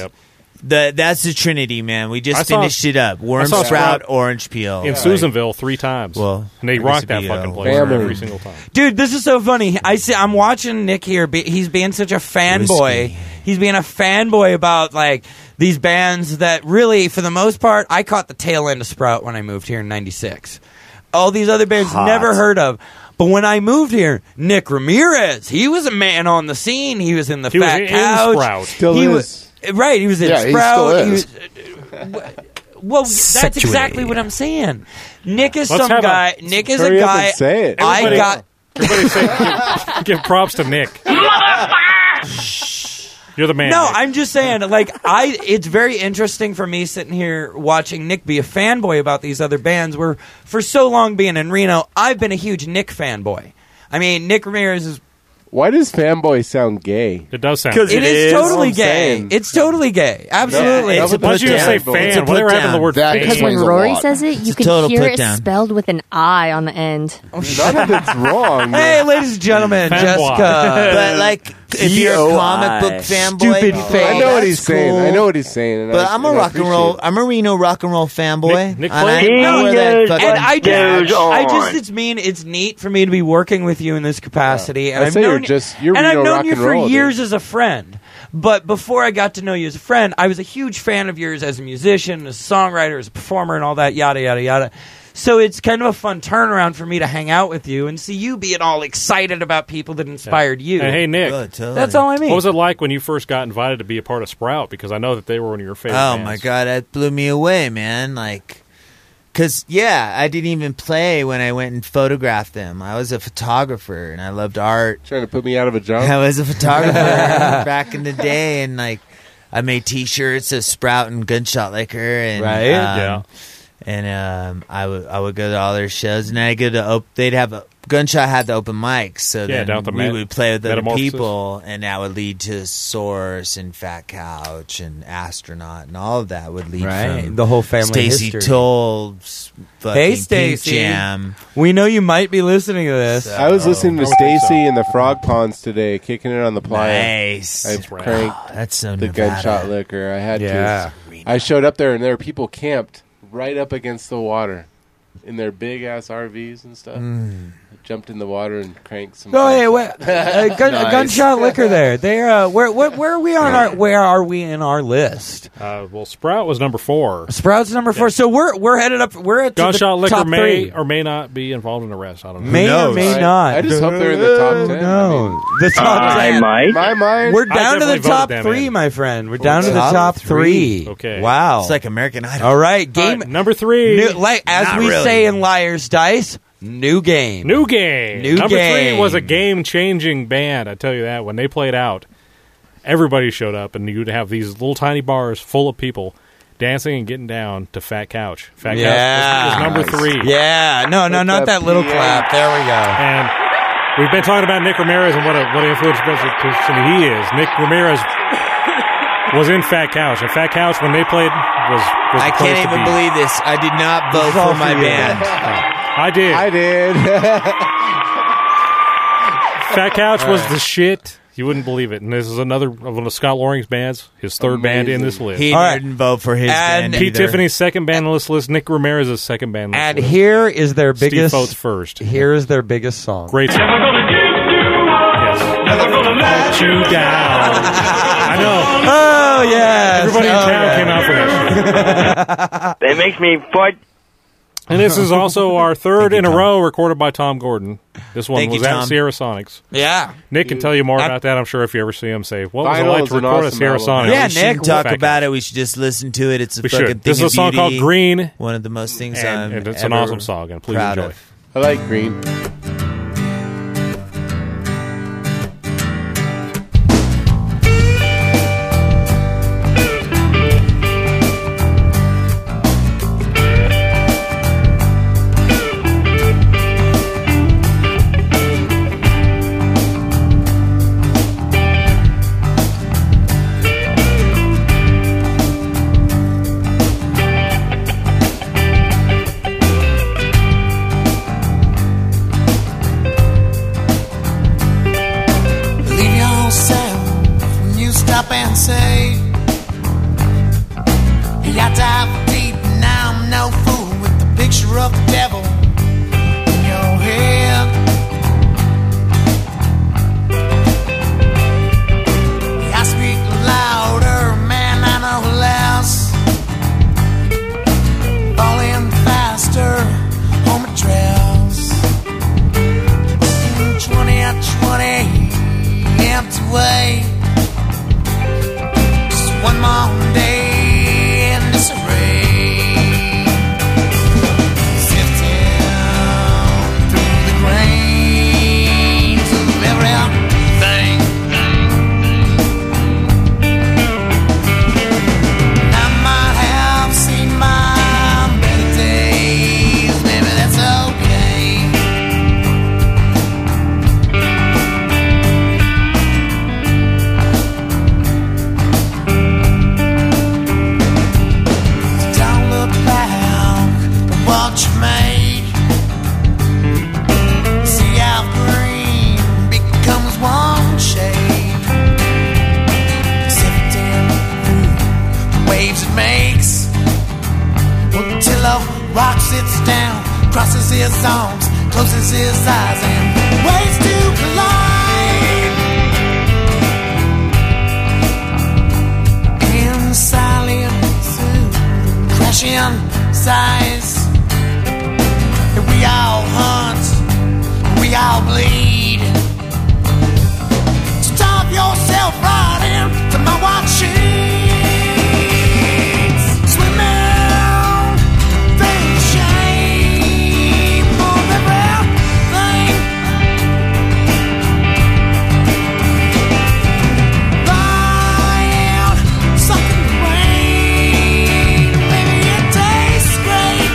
The, that's the Trinity, man. We
I
just
saw-
finished it up. Worm
I saw
sprout, orange peel.
in
Like,
Susanville three times.
Well,
and they
I guess
rocked
it'd
that
be,
fucking
uh,
place
family.
every single time.
Dude, this is so funny. I see. I'm watching Nick here. Be, he's being such a fanboy. He's being a fanboy about like these bands that really, for the most part, I caught the tail end of Sprout when I moved here in '96. All these other bands
Hot.
never heard of. But when I moved here, Nick Ramirez, he was a man on the scene. He was in the
He was
Fat
in
Couch.
Sprout.
Still
he
is.
was right. He was in
Yeah, he
Sprout.
still is.
was- well, that's exactly what I'm saying. Nick is
Let's
some
have a-
guy. Nick is a
Hurry up
guy.
and say it.
I
Everybody-
got
Give props to Nick. You're the man.
No,
Nick.
I'm just saying, like, I it's very interesting for me sitting here watching Nick be a fanboy about these other bands. Where for so long being in Reno, I've been a huge Nick fanboy. I mean, Nick Ramirez is
Why does fanboy sound gay?
It does sound.
it is, totally gay. It's totally gay. Absolutely.
Yeah, it's a Why'd you put-down. say fan? It's a Whatever happened to the word put-down. fan?
Because when
Explains a
Rory
lot.
says it, you can
total
hear it
put-down.
spelled with an I on the end.
None of Oh, it's wrong.
Hey, ladies and gentlemen,
Fanboy.
Jessica. E
But, like,
if you're a comic book fanboy,
stupid
Oh,
fan.
E I know what
that's
he's saying. I
cool.
know what he's saying. and
But
I,
I'm a
and I
rock and roll.
appreciate
I'm a Reno rock and roll fanboy.
Nick- Nick
and I-
Clayton.
I
He
wear that
knows
fucking
and I
badge.
just, I just, it's mean, it's neat for me to be working with you in this capacity. And
I
I've
say
known
you're
you-
just- you're
and I've
Reno
known
rock
you
and
for
roll, dude.
years as a friend. But before I got to know you as a friend, I was a huge fan of yours as a musician, as a songwriter, as a performer, and all that yada yada yada. So it's kind of a fun turnaround for me to hang out with you and see you being all excited about people that inspired you.
And hey, Nick.
that's all I mean.
What was it like when you first got invited to be a part of Sprout? Because I know that they were one of your favorite.
Oh
bands.
my god, that blew me away, man! Like, cause yeah, I didn't even play when I went and photographed them. I was a photographer and I loved art.
Trying to put me out of a job.
I was a photographer back in the day, and like, I made T-shirts of Sprout and Gunshot Liquor, and
Right,
um,
yeah.
And um, I would I would go to all their shows, and I go to op- they'd have a, Gunshot had the open mics, so
Yeah,
then
down at the
we
Met-
would play with other
Metamorphosis.
people, and that would lead to Source and Fat Couch and Astronaut, and all of that would lead
Right,
from
the whole family
Stacy
history.
Toll's fucking
Hey,
Pink
Stacy.
Jam.
We know you might be listening to this.
I was listening to
I would think so.
Stacy and the Frog Ponds today, kicking it on the playa.
Nice.
I
That's right.
cranked
Oh, that's so
the
Nevada.
gunshot liquor. I had
Yeah.
to. I showed up there, and there were people camped right up against the water in their big ass RVs and stuff.
Mm.
Jumped in the water and cranked some.
No, hey, wait,
gunshot.
uh, gun,
Nice.
gunshot liquor. There, there. Uh, where, where, where are we on our? Where are we in our list?
Uh, well, Sprout was number four.
Sprout's number four. So we're we're headed up. We're at to the
Gunshot liquor
top
may
three.
or may not be involved in arrest. I don't know.
May or may not. No, the top
I
ten.
might.
My mind.
We're
I
down to the
definitely voted
top
them
three,
in.
my friend. We're down to the top three.
Okay.
Wow.
It's like American Idol.
All right, game
number three.
New, like as
Not
we
really.
say in Liars Dice, new game.
New game.
New
Number
game.
three was a game changing band. I tell you that. When they played out, everybody showed up, and you'd have these little tiny bars full of people dancing and getting down to Fat Couch. Fat
Yeah.
Couch was, was number three.
Yeah. No, no, not that little clap. There we go.
And we've been talking about Nick Ramirez and what a what an influential person he is. Nick Ramirez was in Fat Couch, and Fat Couch when they played was. was
I
the place
can't
to
even
be.
believe this. I did not vote for my band.
I did. I
did.
Fat Couch was
Alright.
the shit. You wouldn't believe it. And this is another of one of Scott Loring's bands, his third band in this list.
He didn't vote for his
And-
band.
Pete
either.
Tiffany's second band on this list, Nick Ramirez's second band on
And
this list.
here is their
Steve
biggest.
Fotes first.
Here is their biggest song.
Great song. Never uh, gonna let you down. I know.
Oh yeah.
Everybody in
Oh,
town
yeah.
came out for this.
That makes me fight.
And this is also our third in a row recorded by Tom Gordon. This one
Thank you,
was at
Tom.
Sierra Sonics.
Yeah.
Nick can tell you more about that, I'm sure, if you ever see him. Say, what was it
Vinyl
like
is
to
an
record at
awesome
Sierra
album.
Sonics?
Yeah, Nick, we should talk about it. We should just listen to it. It's a
We
fucking
should.
thing
This is
of
a song called
beauty.
Green.
One of the most things
And-
I'm
and it's an
ever
awesome song, and please
proud
enjoy.
of.
I like green.
say. He got died for deep, and now I'm no fool with the picture of the devil in your head. I speak louder, man, I know less. Falling faster on my trails. 20 out of 20, empty way. Just one more day in disarray. Sifting through the grains of everything. I might have seen my better days, maybe that's okay. Don't look back at what you made. See how green becomes one shade. Sifting waves it makes. Until a rock sits down, crosses his arms, closes his eyes, and waits to collide. In silence, ooh, crashing sighs. We all hunt, we all bleed. Stop yourself right in to my watching. Swimming, through the shame of everything. Buying something great, maybe it tastes great.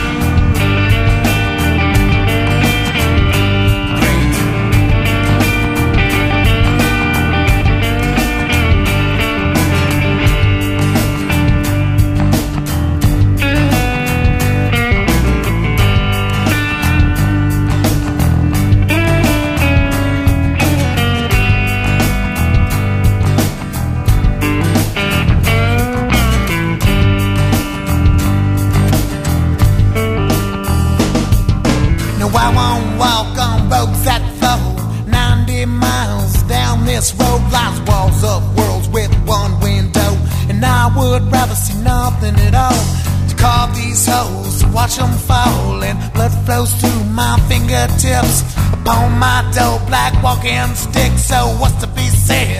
No, I won't walk on roads that flow 90 miles down this road. Lies walls of worlds with one window. And I would rather see nothing at all. To carve these holes, to watch them fall. And blood flows through my fingertips. Upon my dough, black walking stick. So what's to be said?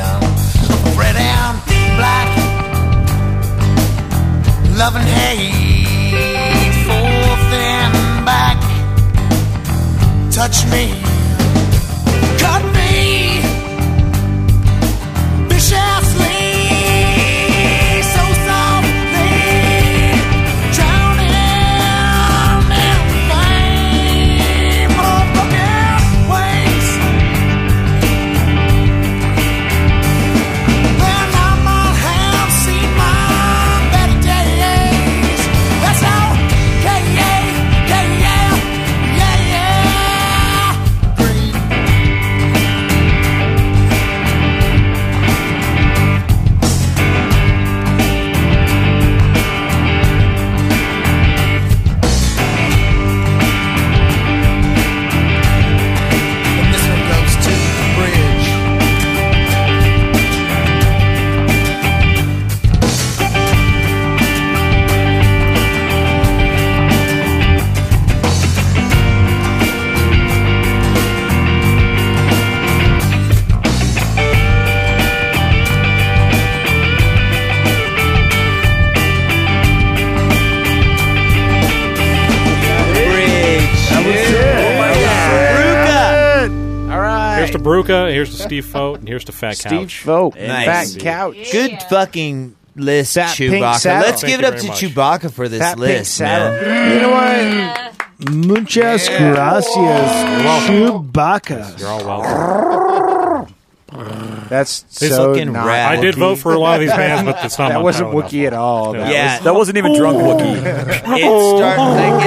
Red and black. Love and hate. Forth and back touch me, cut me viciously. So softly, drowning in flame of broken wings. Then I might have seen my better days. That's okay, yeah, yeah, yeah, yeah, yeah. And this one goes to the bridge.
Oh
All right. Here's to Bruca. Here's to Steve Fote. And here's to Fat
Steve
Couch.
Fote,
Nice.
Fat
Couch.
Good fucking list,
Fat pink
Chewbacca.
saddle.
Let's
Thank
give it
you
up
very
to
much.
Chewbacca for this
Fat pink
list, man.
saddle. You know
what?
Muchas gracias, Chewbacca.
You're all welcome.
That's
It's
so
fucking
not
rad. I did
Wookiee.
vote for a lot of these bands, but it's not
that
my
wasn't
talent
Wookiee at all.
No.
That
Yeah,
was,
that wasn't even drunk Wookiee.
It
Oh.
started like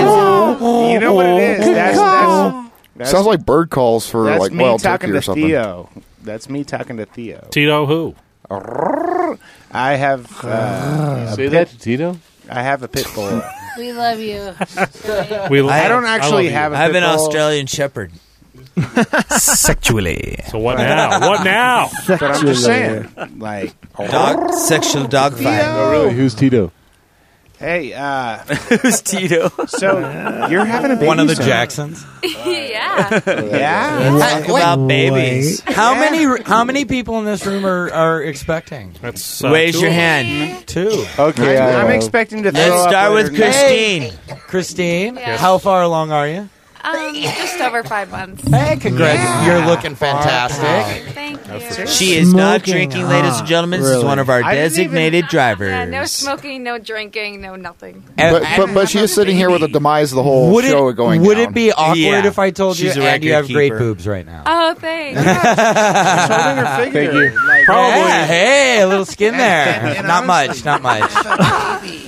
You know what it is? That's, that's, that's,
Sounds like bird calls for
that's
like
me
wild
talking
turkey
to
or something.
Theo. That's me talking to Theo.
Tito who?
I have. Uh,
Say
that to Tito. I have a pit bull.
We love you.
I don't actually have. a
I have
pit
an
bull.
Australian Shepherd.
Sexually.
So what now? What now?
But I'm just saying, like
Dog, sexual dogfight.
Oh,
No, really,
who's Tito?
Hey, uh,
who's Tito?
So you're having a baby
One of the
soon.
Jacksons.
yeah.
Yeah.
Let's
Wait.
Ah. How many? How many people in this room are, are expecting?
That's
uh,
Raise
two
your
of them.
hand.
Two.
Okay, I'm- I I'm will. expecting to
Let's
throw up
start with
later tonight.
Christine.
Christine,
Yeah.
how far along are you?
Um, just over five months.
Hey, Congrats. You're looking fantastic.
Thank
you.
She is not
Smoking
drinking, ladies
hot.
and gentlemen. This is
Really?
one of our
I didn't even-
designated drivers.
Yeah, no smoking, no drinking, no nothing.
but, but, but she is sitting here with the demise of the whole
Would
show
it,
going
would
down.
it be awkward if I told you
She's a
and you
record
have great
keeper.
boobs right now?
Oh, thanks.
Thank you. Probably. hey, a little skin there. not much. Not much.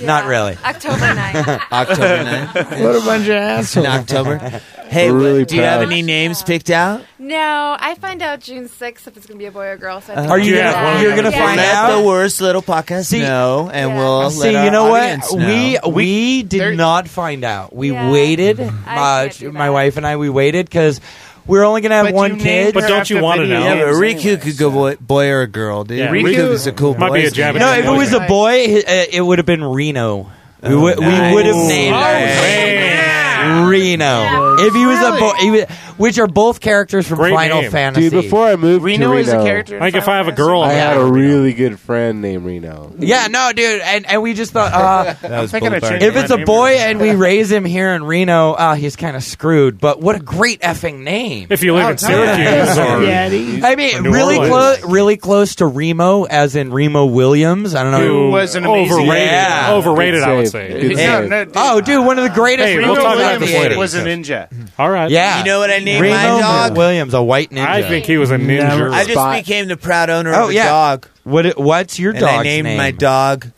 Not really.
October 9th.
October 9th.
What a bunch of assholes.
In October. Hey,
We're
what-
really
do you have
proud.
any names picked out?
No, I find out June 6th if it's going to be a boy or girl. So I
Uh-huh.
Uh,
think I'll do that.
you're gonna
We'll
find
let
out?
the worst little podcast know, and we'll
See,
let
you
our
know
audience
what?
know.
We we did not find out. We waited. Uh, my wife and I we waited because we're only gonna have one kid.
Yeah, but Riku could go boy, boy or a girl, dude.
Yeah,
Riku,
Riku
is a cool
might
boy.
be a Japanese No, if it was a boy, hi- uh, it would have been Reno. We, would we
nice.
would have named
Oh,
our Reno. If he was a boy, he was, which are both characters from
Great
Final
name.
Fantasy.
Dude, before I moved to Reno,
I think if I have a girl,
I
I'm
had
out.
a really good friend named Reno.
Yeah, no, dude, and, and we just thought uh,
I'm thinking of changing
if
my
it's a
name
boy and we raise him here in Reno, uh, he's kind of screwed. But what a great effing name!
If you live
Oh,
in Syracuse or- Yeah, it is.
I
or
mean,
New
really
Orleans.
close, really close to Remo, as in Remo Williams. I don't know
Who was an amazing- Overrated.
Yeah.
Overrated, I would Good save. say. Good
Yeah.
save. No, no, dude.
oh, dude, one of the greatest.
Hey,
Remo
we'll talk about
Williams
this later.
was a
ninja. All right.
Yeah,
You know what I named
Remo
my dog?
Williams, a white ninja.
I think he was a ninja.
I just became the proud owner
Oh
of a
yeah.
dog.
What? What's your
And I
dog's
named
name?
my dog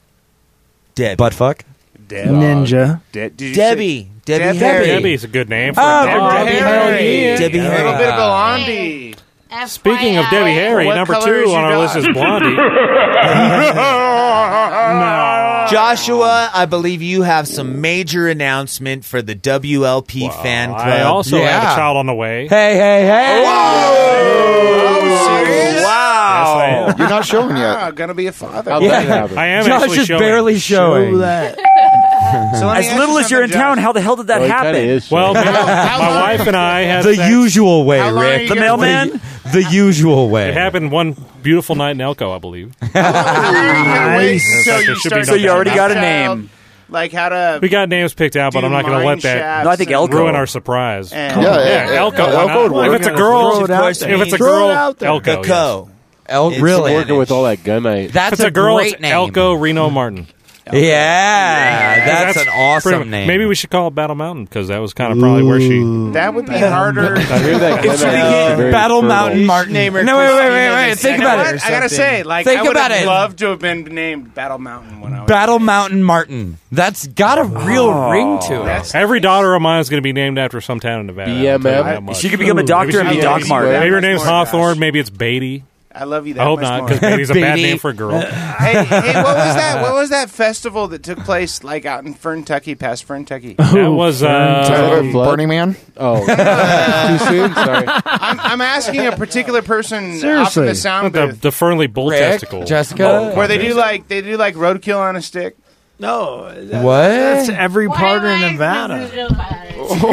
Deb.
Buttfuck.
Deb. Ninja.
De- did you
Debbie.
say-
Debbie,
Debbie.
Harry.
Debbie is a good name. For
Oh,
a dog.
Debbie Harry.
Yeah.
Debbie
Yeah.
Harry.
A little bit of Blondie.
Speaking of Debbie Harry,
What
number
color is
two
your
on our
dog?
list is Blondie.
Joshua, I believe you have some major announcement for the WLP fan club.
I also have a child on the way.
Hey, hey, hey!
Wow!
You're not showing
Ah,
yet.
I'm gonna be a father.
I am
Josh
actually
is
showing.
barely showing.
as little as you're in town, how the hell did that
Well, he kinda
happen?
is
Well, my, my wife and I had
the
sex.
usual way,
long are
Rick.
you The gonna- mailman?
The, the usual
It
way.
happened one beautiful night in Elko, I believe.
Nice.
So
So you,
there should be
start
no
thinking
doubt about
about
it.
child, Like how to.
We got names picked out, but
Do
I'm not going to
mine
let that
shafts No, I think Elko.
ruin our surprise.
Yeah,
Come on.
yeah,
Elko.
Elko
why not?
would work.
if it's a
Throw
girl,
it out there.
if it's a
Throw it
girl,
out there.
Elko.
The
yes.
co.
El-
It's
really?
working
with all that gunite.
That's
if it's a,
a
girl,
great
it's
name.
Elko Reno Martin.
Yeah, that's, an awesome
pretty-
name.
Maybe we should call it Battle Mountain because that was kind of probably where she.
That would be harder.
I hear that
If
gun
you
out there.
became
Very
Battle
fertile.
Mountain Martin.
name her
No, wait, wait,
Christina
wait, wait. Think
You know
about
what?
it.
I gotta say, like,
Think
I would
about
have
it.
loved to have been named Battle Mountain when I was.
Battle Mountain Martin. Hmm. That's got a real
Oh.
ring to it.
Every daughter of mine is going to be named after some town in Nevada. I'll tell you that much.
She could become a doctor and be
Maybe-
Doc Martin.
Maybe her name's Hawthorne. Maybe it's Beatty.
I love you. That
I hope
much
not
more.
because Beatty's a bad
Beatty.
name for a girl.
hey, hey, what was that? What was that festival that took place like out in Ferntucky, past Ferntucky?
That was uh,
Burning Man.
Oh,
too
soon? Sorry.
I'm, I'm asking a particular person off of
Seriously.
the sound
the,
booth.
the Fernley bull
Rick,
testicle.
Jessica?
where they do like they do like roadkill on a stick. No,
What?
That's every part of Nevada.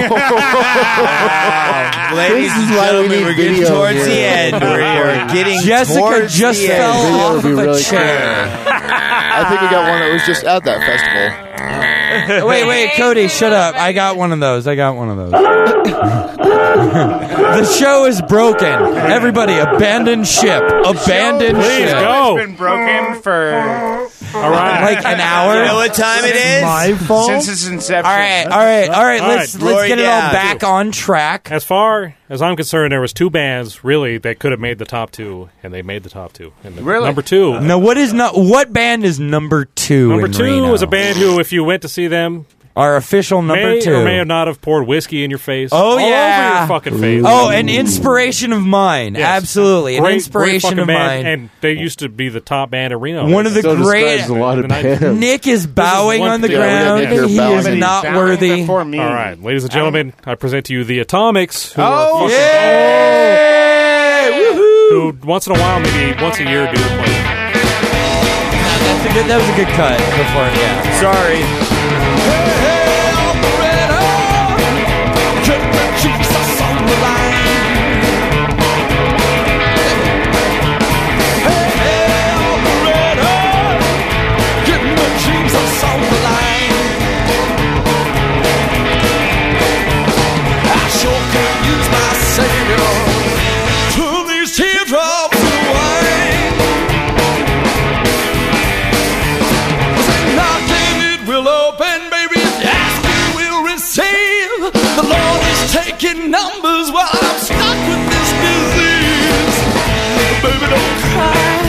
Ladies and gentlemen, we're getting towards the end. We are getting
Jessica
towards
just
the
fell
end.
off of a chair.
I think we got one that was just at that festival.
wait, wait, Cody, shut up. I got one of those. I got one of those. the show is broken. Everybody, abandon ship. Abandon
Please
ship.
go. It's been broken for
all right,
Like an hour.
You know what time it is?
since its inception.
All right, all right, all right.
All
Let's
right,
let's
Rory,
get it
yeah.
all back on track.
As far as I'm concerned, there was two bands really that could have made the top two, and they made the top two. And the-
Really?
number two,
Now, what is not? What band is number two?
number
in
two
Reno?
was a band who, if you went to see them,
Our official number
may
two.
or may not have poured whiskey in your face.
Oh
all
yeah,
over your fucking face.
Oh, an inspiration of mine.
Yes.
Absolutely, an
Great- great
inspiration
fucking
of
band,
mine.
And they used to be the top band at Reno.
One of the great. Nick is bowing on the ground. He is not worthy.
All right, ladies and gentlemen, I present to you the Atomics. Who are
Um, Oh
fucking-
yeah!
Who once in a while, maybe once a year, do the play.
That's a good, that was a good cut before. Yeah. Sorry.
Teardrops of wine. Say knocking, it will open, baby. If you ask, you will receive. The Lord is taking numbers while I'm stuck with this disease. Baby, don't cry.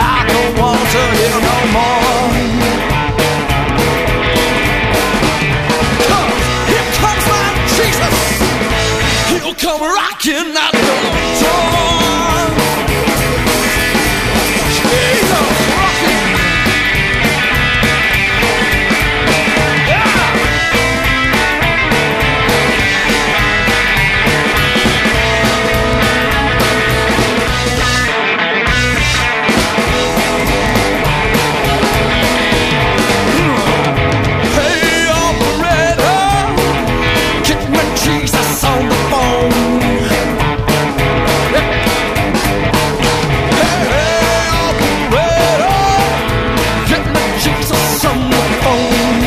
I don't want to hear no more. Come, here comes my Jesus. He'll come rocking out the door. Jesus, rocking. Hey, operator, get my Jesus on the phone. Hey, operator, get my Jesus on the phone.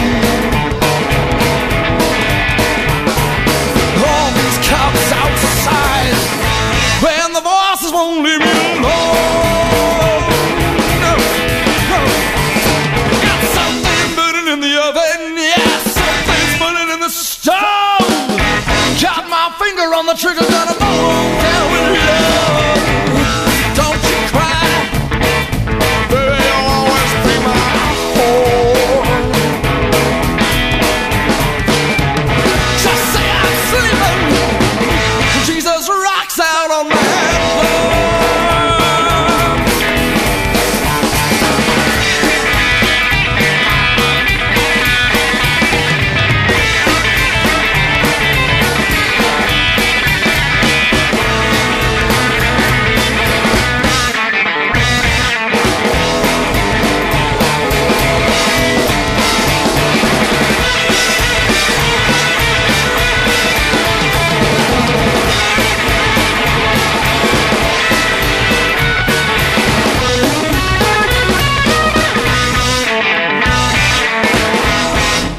All these cops outside, when the voices won't leave me alone. Got something burning in the oven, yeah, something's burning in the stove. Got my finger on the trigger, gonna blow on down with love. Don't you cry, baby, you'll always be my own. Just say I'm sleeping, Jesus rocks out on my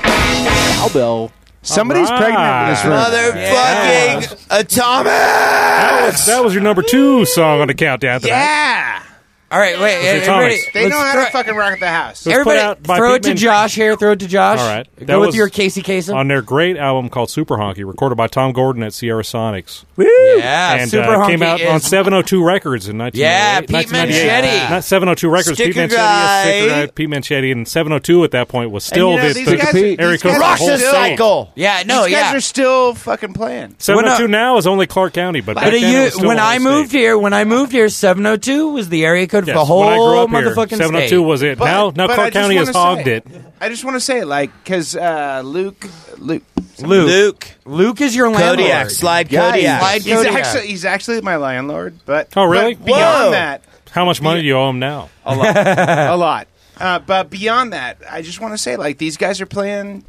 Cowbell.
Somebody's pregnant in this room.
Motherfucking atomic.
That was, that was your number two song on the countdown tonight.
Yeah.
All right, wait.
Those are
Everybody,
Atomics.
Ah. They
let's
know how
throw-
to fucking rock the house.
Everybody, throw it to Josh here. Throw it to Josh.
All right.
Go with
was
your Casey Kasem.
On their great album called Super Honky, recorded by Tom Gordon at Sierra Sonics.
Woo! Yeah,
and,
Super
uh, came
Honky
out
is-
on 702 Records in 1998.
Yeah, Pete
1998.
Manchetti.
Not 702 Records,
Sticker
Pete Manchetti, yeah, Sticker
Guy.
Guy, Pete Manchetti, and 702 at that point was still
And, you know,
the,
these
the,
guys-
the
these
Eric
guys
Copeland
are
whole
uh, still-
thing.
These guys are still fucking playing.
702 now is only Clark County, but, back
But
then it
you,
was still
when
all
I
state.
moved here, when I moved here, 702 was the area code
Yes,
for the whole
when I grew up here,
motherfucking state.
702 was it.
But-
now now
but I
Clark
just
County has
wanna
hogged
say-
it.
I just want to say, like, because uh, Luke, Luke,
Luke. Luke. Luke is your landlord.
Kodiak,
slide
Yeah,
Kodiak.
He's,
Slide
he's
Kodiak.
actually he's actually my landlord, but
Oh, really?
But beyond
Whoa.
that,
How much money do you owe him now?
A lot. a lot. Uh, but beyond that, I just want to say, like, these guys are playing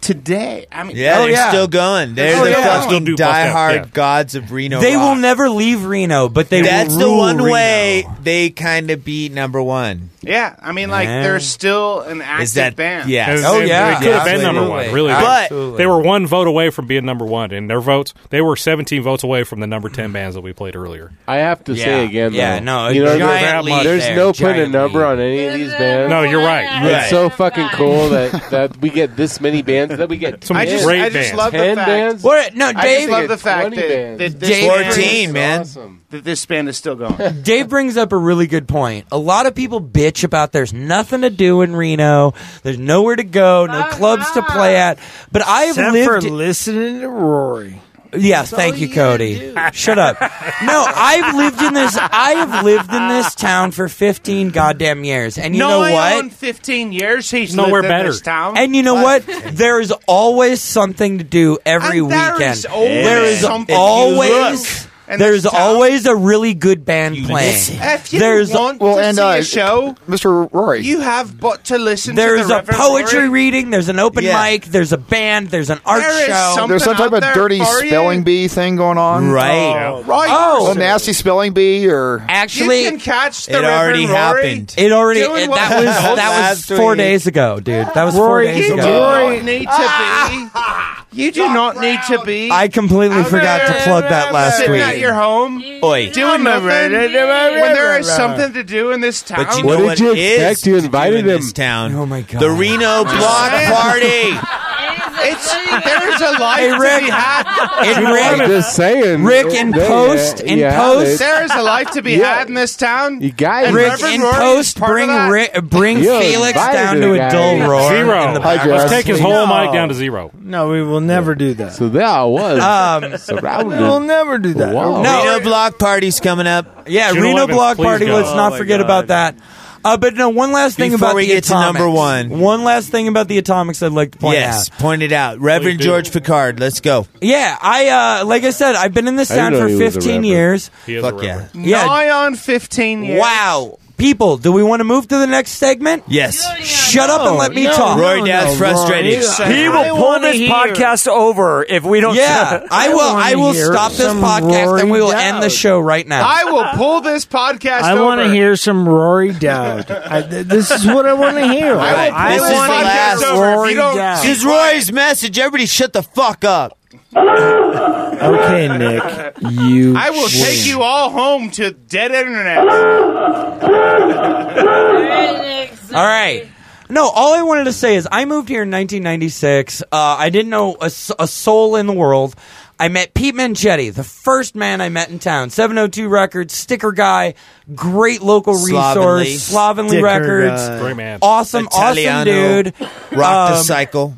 today. I mean,
Yeah, they're still going. They're
Oh,
the
yeah.
fucking
Still do bust out,
diehard
yeah.
gods of Reno.
they
rock.
will never leave Reno, but they
That's
will
the
rule
one
Reno.
way they kind of beat number one.
Yeah, I mean, like,
Yeah.
they're still an active
Is that
band.
yes?
Oh,
And they- they could have been number one. Really, They-
but
they were one vote away from being number one, and their votes they were 17 votes away from the number 10 bands that we played earlier.
I have to
Yeah.
say again,
Yeah,
though,
no,
you know,
giant
there's,
leap
there's
there,
no putting a
giant
number on any of these bands.
No, you're right.
It's so fucking cool that, that we get this many bands bands that we get.
Some I just- great I just bands. love the
Ten
fact-
bands.
What? No,
I just
Dave-
love the fact
20
that,
bands.
that this
Dave-
band-
14, man.
That this band is still going.
Dave brings up a really good point. A lot of people bitch about there's nothing to do in Reno. There's nowhere to go, no clubs to play at. But I've
Except for
lived
listening to Rory.
Yeah, thank you, Cody. Shut up. No, I've lived in this I have lived in this town for 15 goddamn years. And you
no,
know
I
what?
own 15 years. He's
Nowhere
lived
better.
in this town.
And you know what? There is always something to do every
And there
weekend.
is always
There is
something. If you
always
look in
there's always a really good band playing.
listen. If you
there's
want Well, to and, see a uh, show,
Mr. Rory.
You have but to listen to
There's
the
a
Reverend
poetry
Rory.
reading. There's an open
Yeah.
mic. There's a band. There's an art
There is
show.
There's some type of dirty spelling bee thing going on,
Right.
Oh,
Oh. Right.
a nasty spelling bee, or
Actually,
you can catch the
it already
Reverend Rory
happened. It already
doing
it-
what-
that was that was
Last
four
week.
days ago, dude. That was
Rory,
four days
you do
ago.
not need to be. You do not need to be.
I completely forgot to plug that last
sitting
week.
at your home
Oi.
doing nothing when there is something to do in this town.
But you know what is to do in this town? Oh my god! The Reno Block Party.
It's there's a life
Hey,
to
Rick.
be had.
In
I'm
Rick-
just saying.
Rick in
Yeah,
post, in
yeah,
post.
it's-
There is a life to be
Yeah.
had in this town.
You guys,
And
Rick
Reverend
in
Rory is
post,
part of
bring
that.
Ri- bring
You're
Felix
invited,
down to a
guys.
dull roar.
Zero.
In the
Hi,
back.
Jess.
Let's take his
No.
whole mic down to zero.
No, we will never do that.
So there I was.
Um,
surrounded.
We will never do that.
Wow.
Reno Block Party's coming up.
Yeah,
June
Reno
11th,
Block
please
Party.
go.
Let's
Oh
not
my
forget
God.
about that. Uh, but no, one last thing
Before
about
we
the
get to
atomics.
number one.
One last thing about the atomics I'd like to point
yes,
out.
point it out, uh, Reverend
do.
George Picard. Let's go.
Yeah, I uh, like I said, I've been in this
I didn't
town
know
for
he was a
15
rapper.
years.
He is a Fuck rapper. yeah.
yeah.
Nigh on 15 years.
Wow. People, do we want to move to the next segment?
Yes.
Shut up and let me talk.
Roy Dad's frustrated.
He will pull this podcast over if we don't.
Yeah, I will. I will stop this podcast and we will end the show right now.
I will pull this podcast
I
over.
want to hear some Rory Dowd. I, th- this is what I want to hear.
Right.
I,
This is
want
the last-
to hear Rory
This
Dowd.
is Roy's message. Everybody, shut the fuck up.
Okay, Nick, you.
I will take
win.
you all home to dead internet.
All right. No, all I wanted to say is I moved here in 1996. Uh, I didn't know a, s- a soul in the world. I met Pete Manchetti, the first man I met in town. 702 Records, sticker guy, great local
Slovenly.
resource, Slovenly
Sticker
Records.
guy. Great man.
Awesome,
Italiano.
awesome dude.
Rock the
Um,
cycle.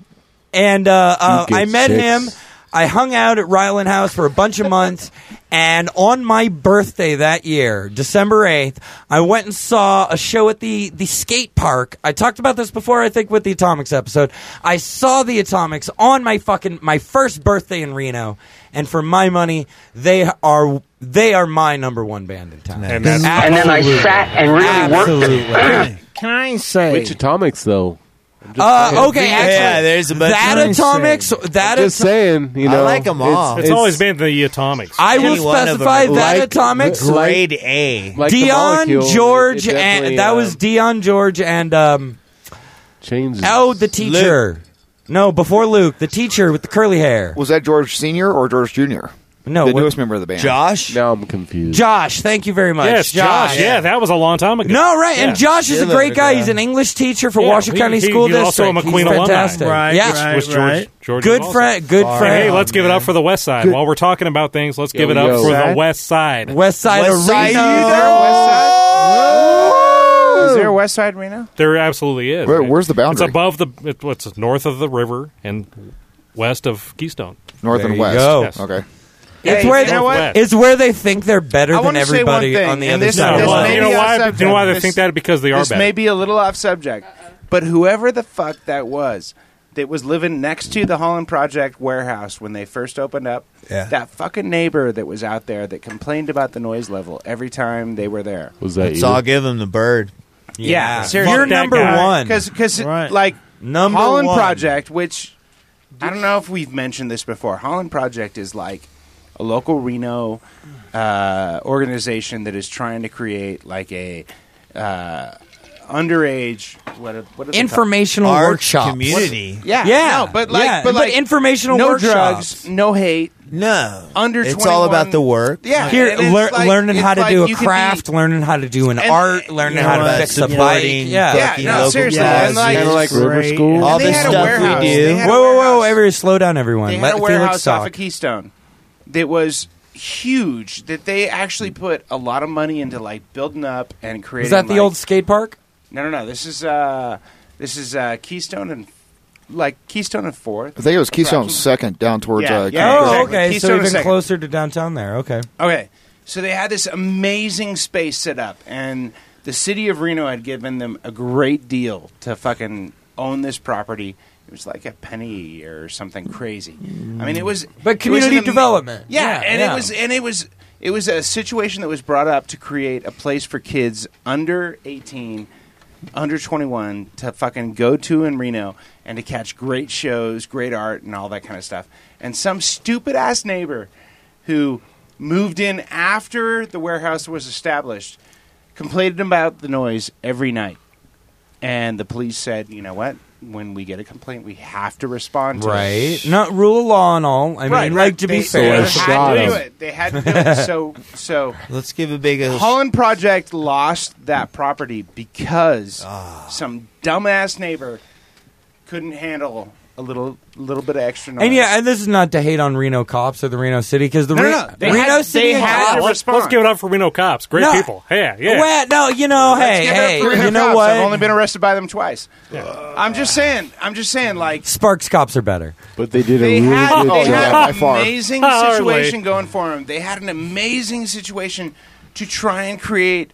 and uh, uh,
You get
I met
six.
him. I hung out at Ryland House for a bunch of months, and on my birthday that year, December eighth, I went and saw a show at the the skate park. I talked about this before, I think, with the Atomics episode. I saw the Atomics on my fucking my first birthday in Reno, and for my money, they are they are my number one band in town.
And that's- And
then I sat and really worked
Absolutely.
it.
Can I say?
Which atomics though? I'm just saying.
Uh, okay, actually,
there's a bunch
that
of-
Atomics. That
I'm just
Ato-
saying, you know,
It's, it's always been the atomics.
I will specify that atomics
A.
Like the
Dion
molecule,
George
it- it definitely,
and that was
um,
Dion George and um Oh the teacher. No, before Luke, the teacher with the curly hair.
Was that George Senior or George Junior?
No,
the
what-
newest member of the band,
Josh.
Now I'm confused.
Josh, thank you very much.
Yes, Josh. Yeah. that was a long time ago.
No, right. And
Yeah.
Josh is a great guy. He's an English teacher for
Yeah,
Washoe
he-
County
he-
School
he's
District.
also a McQueen
he's
alumni.
fantastic.
Right,
yeah.
right, Which George- right. George
good
Walsh.
friend. Good
And
friend.
hey, let's give it up for the West Side. While we're talking about things, let's give it up
yo.
for the
Side?
West Side.
West Side
West Side,
Arena.
you
Is there a West Side Reno?
There absolutely is.
Where- where's the boundary?
It's above the. It, it's north of the river and west of Keystone.
North and West.
go.
Yes.
Okay.
It's
Hey,
where
you know
they,
what?
it's where they think they're better
I
than
wanna say one
everybody
thing,
on the
and
other
this-
side.
this
of the
may
line.
You know
be off
why?
subject.
Do you know why they
This-
think that? Because they are
This
better.
may be a little off subject, but whoever the fuck that was that was living next to the Holland Project warehouse when they first opened up,
Yeah.
that fucking neighbor that was out there that complained about the noise level every time they were there.
Was
Let's all give him the bird.
Yeah,
seriously.
seriously.
You're number one.
Because, like,
number
Holland
one.
Project, which I don't know if we've mentioned this before. Holland Project is like a local Reno uh, organization that is trying to create like a uh, underage. What? What? Is it called?
Informational
Arts
workshops.
community.
Yeah, yeah,
No, but like,
yeah.
but like,
informational
no
workshops.
drugs, no hate,
no
under.
It's all
21
about the work.
Yeah,
Here,
and it's
lear-
like-
learning
it's
how to
like
do
you
a
could be-
craft, learning how to do an
And- eh,
art, learning
you
how
know
to
what?
fix a bike.
Supporting
Yeah,
fucking Yeah, no, local seriously, and causes. like- Kinda like River Great. School.
All
And they
this
had a
stuff
warehouse.
we
They
do.
had
Whoa,
a
whoa, whoa! Every slow down, everyone.
They
Let
had a
Felix
warehouse off
talk.
of Keystone that was huge. That they actually put a lot of money into like building up and creating.
Is that the
like-
old skate park?
No, no, no. This is uh, this is uh, Keystone and like Keystone and Fourth.
I think it was Keystone Second down towards.
Yeah, yeah,
uh, King's
exactly.
Road.
Oh, okay.
Keystone
So even
second.
closer to downtown there. Okay.
Okay, so they had this amazing space set up, and the city of Reno had given them a great deal to fucking own this property. It was like a penny a year or something crazy. I mean, it was
But
it was
community
an ama-
development.
Yeah,
Yeah,
and
yeah.
it was and it was it was a situation that was brought up to create a place for kids under eighteen, under twenty one to fucking go to in Reno and to catch great shows, great art, and all that kind of stuff. And some stupid ass neighbor who moved in after the warehouse was established complained about the noise every night. And the police said, you know what? When we get a complaint, we have to respond to it.
Right. Not rule of law and all. I
Right,
mean,
right.
like to be
They-
fair,
they had to do it. They had to do it. So, so
Let's give a big.
Holland Project lost that property because
Ah.
some dumbass neighbor couldn't handle a little, little bit of extra noise.
And yeah, and this is not to hate on Reno cops or the Reno City because the
No,
Re-
no, no. They
Reno
had-
City
they had to
cops-
Let's- respond. let's give
it up for Reno cops. Great people. Yeah, yeah.
Well, no, you know, hey, hey, you know what?
I've only been arrested by them twice. I'm just saying. I'm just saying. Like
Sparks cops are better,
but they did
they had, they had
by
an
far.
amazing
Hardly.
situation going for them. They had an amazing situation to try and create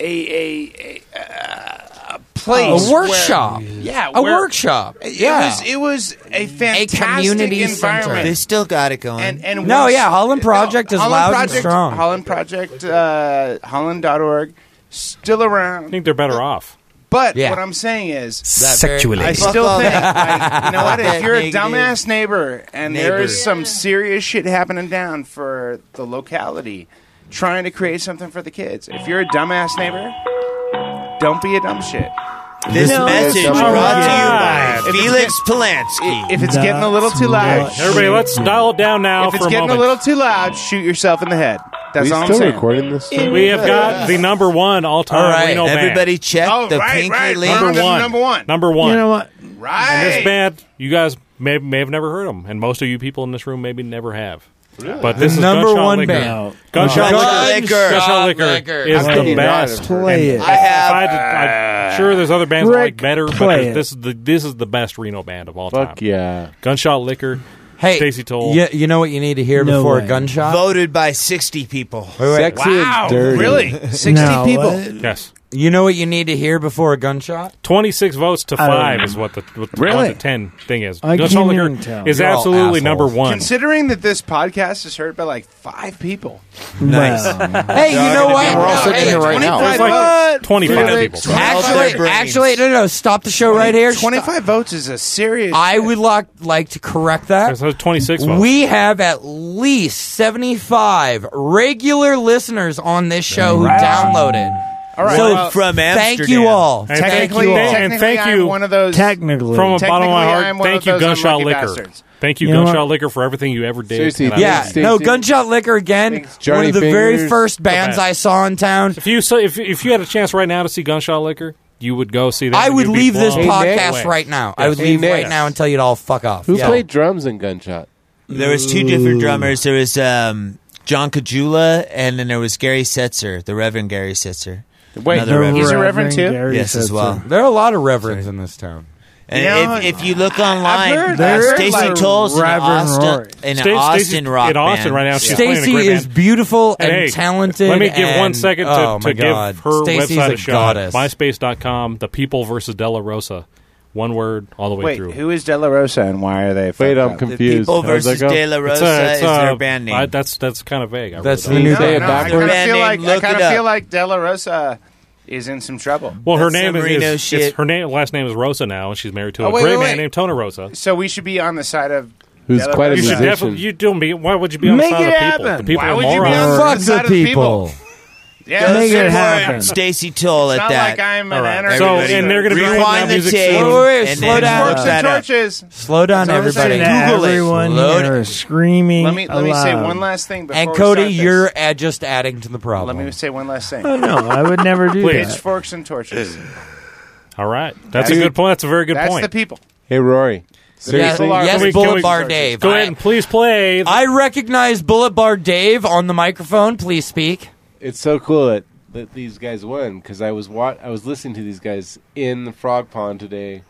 a a, a, uh, a place,
A
where-
workshop.
yeah,
A
where-
workshop.
It
Yeah.
was it was a fantastic environment.
They still got it going.
And, and
No,
once-
yeah, Holland Project is
Holland
loud
Project,
and strong.
Holland Project, uh, Holland.org, still around. I
think they're better off.
But
Yeah.
what I'm saying is,
That very- Sexually.
I
Fuck
still
all
think,
that.
like, you know what?
That
If you're a
negative
dumbass neighbor and there
neighbor.
is some serious shit happening down for the locality, trying to create something for the kids. If you're a dumbass neighbor, don't be a dumb shit.
This message brought to you by Felix Polanski.
If it's getting a little too loud,
Everybody, let's dial it down now
If it's
for a
getting
moment.
a little too loud, shoot yourself in the head. That's
We
all
still
I'm saying.
recording this? We have got the number one all-time
All right,
Reno band.
everybody check Oh, the right, pinky right. link.
Number
Number
one.
one.
Number one.
You know
what?
Right.
And this band, you guys may, may have never heard them, and most of you people in this room maybe never have. But this is
The number
Gunshot
one
Liquor.
band. No.
Gunshot,
Gunshot
Liquor.
Liquor.
Gunshot Liquor,
Liquor.
is
How could
the
you not
best.
have heard it?
And
Play it. I have-
I
uh,
am sure there's other bands I like
Rick,
better, but
play
there's-
it.
this is the this is the best Reno band of all time.
Fuck
yeah. Gunshot Liquor.
Hey,
Stacy Toll.
You, you know what you need to hear
No
before
way.
a gunshot?
Voted by 60 people.
Wow, really? 60
No,
people?
uh,
Yes.
You know what you need to hear before a gunshot?
Twenty-six votes to
I don't
five
know.
is what the what the-
Um, Really?
what the ten thing is.
I
Gunshot
can't
Liquor
even tell.
is
You're all
absolutely
assholes.
number one.
Considering that this podcast is heard by like five people.
Nice.
Hey, you know what?
We're all
No,
sitting
hey,
here right now.
25
It's like
votes.
25 Felix, people. their
Actually,
brains.
actually, no, no, stop the show right here.
Twenty-five votes is a serious.
I would like, like to correct that.
So twenty-six votes.
We have at least 75 regular listeners on this show who
Right.
download it.
All right.
So
Well,
thank you all.
And
thank
technically-
you all.
and thank
I'm
you
one of those- Technically.
from the bottom of my
Technically,
heart.
I'm one
Thank
of
you,
those
Gunshot
unlucky
Liquor.
bastards.
Thank you,
You know
Gunshot
what?
Liquor, for everything you ever did.
Seriously,
and I
yeah,
love it.
no, Gunshot Liquor again. one
Johnny
of the very
Fingers.
first
The
bands
best.
I saw in town.
If you so, if if you had a chance right now to see Gunshot Liquor, you would go see that.
I
and
would
you'd be
leave this
blown
podcast
away.
right now. I
Yes.
would leave right now and tell you to all fuck off.
Who
Yeah.
played drums in Gunshot?
There was two different drummers. There was um, John Cajula, and then there was Gary Setzer, the Reverend Gary Setzer.
Wait,
Another
the Reverend Gary
Yes, as
Setzer.
well.
There are a lot of reverends in this town.
And
know,
if, if you look online,
heard-
uh,
I've heard
Stacy
like
Toll's in
Reverend
Austin,
Rory.
in
Sta-
Austin
Stacy's
rock
in Austin
band.
right now. She's playing in a
Stacy
great
is
band.
beautiful and,
hey,
talented.
Let me give one
and-
second to,
oh, my
to give
God.
her
Stacy's
website
a,
a, shot.
goddess.
MySpace.com, The People versus Della Rosa. One word all the way
Wait,
through.
who is De La Rosa and why are they? Wait,
I'm confused.
People How does that versus go? De La
oh, It's, uh,
Rosa
it's,
is their band name.
I- that's that's kind of vague. I
That's
really
the
don't-
new-
No,
Say it
no, I kind of
backwards.
feel like I
Look
kind
it
of
up.
feel like De La Rosa is in some trouble.
Well, her name is, is- it's- her name last name is Rosa now, and she's married to
Oh,
a
wait,
great
wait,
man
wait.
named Tona Rosa.
So we should be on the side of
Who's
De La
quite a
Rosa.
You should definitely you don't be. Why would you be on
Make
the side
it
of the people?
happen.
The people
Why
are
would you be
morons.
on the Fuck side the of the people.
Yeah,
Make
support
it happen.
Stacy Toll
It's
at
not
that.
like I'm an All right. anarchist.
So,
Everybody
and they're gonna be playing that
rewind the
music
tape.
soon. uh, Wait, wait,
and
slow
then
down.
look
Works in
that up.
churches.
Slow down,
That's all I'm
everybody.
saying. Google
it.
Everyone
Slow
here is screaming.
Let me let me say
aloud.
one last thing before
And
we
Cody,
start this.
you're ad- just adding to the problem.
Let me say one last thing.
Oh, no, I would never do that.
Pitchforks and torches.
All right, that's a good point. That's a very good
That's
point.
the people.
Hey, Rory.
Yes,
Seriously? Can we-
yes
can we-
Boulevard Dave.
Go ahead and please play.
I recognize Boulevard Dave on the microphone. Please speak.
It's so cool that, that these guys won because I was wa- I was listening to these guys in the frog pond today.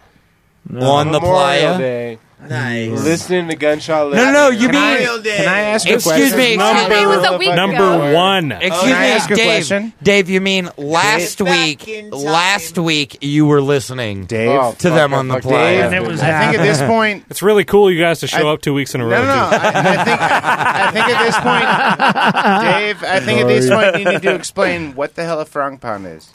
On the
Memorial
playa?
Day.
Nice.
Listening to Gunshot.
No, no, no, you
Can I-
mean-
Can I ask you a question?
Excuse me.
Number-
excuse me.
Number one.
Excuse
Can I
me,
ask a
Dave.
question?
Dave, you mean last week? Last week you were listening, Dave,
Oh,
to
fuck,
them
fuck,
on the
fuck,
play.
Dave. And it was
I think at this point-
it's really cool you guys to show
I-
up two weeks in a
No,
row.
no, no.
too.
I think at this point, Dave, I think at this point you need to explain what the hell a frog pond is.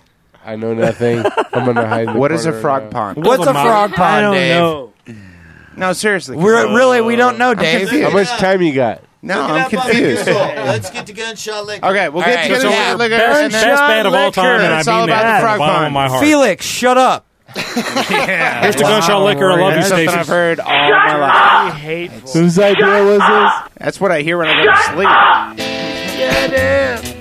I know nothing. I'm gonna hide. in the
What is a
corner uh,
frog
now.
pond?
What's a frog pond, Dave?
No, seriously.
We're really we don't know, Dave.
How much time you got?
No, I'm confused.
Let's get to gunshot liquor.
Okay, we'll get
All
to
right, so
gunshot
we're
liquor.
best-
and then-
best band of all
Liquor.
time, and I
It's all
mean
about
that.
the frog
Bottom of
pond.
my heart. Felix, shut up.
Here's to gunshot liquor. I love you,
That's something
Stacey.
I've heard all my life. Hateful.
Whose idea was this?
That's what I hear when I go to sleep.
Yeah, damn.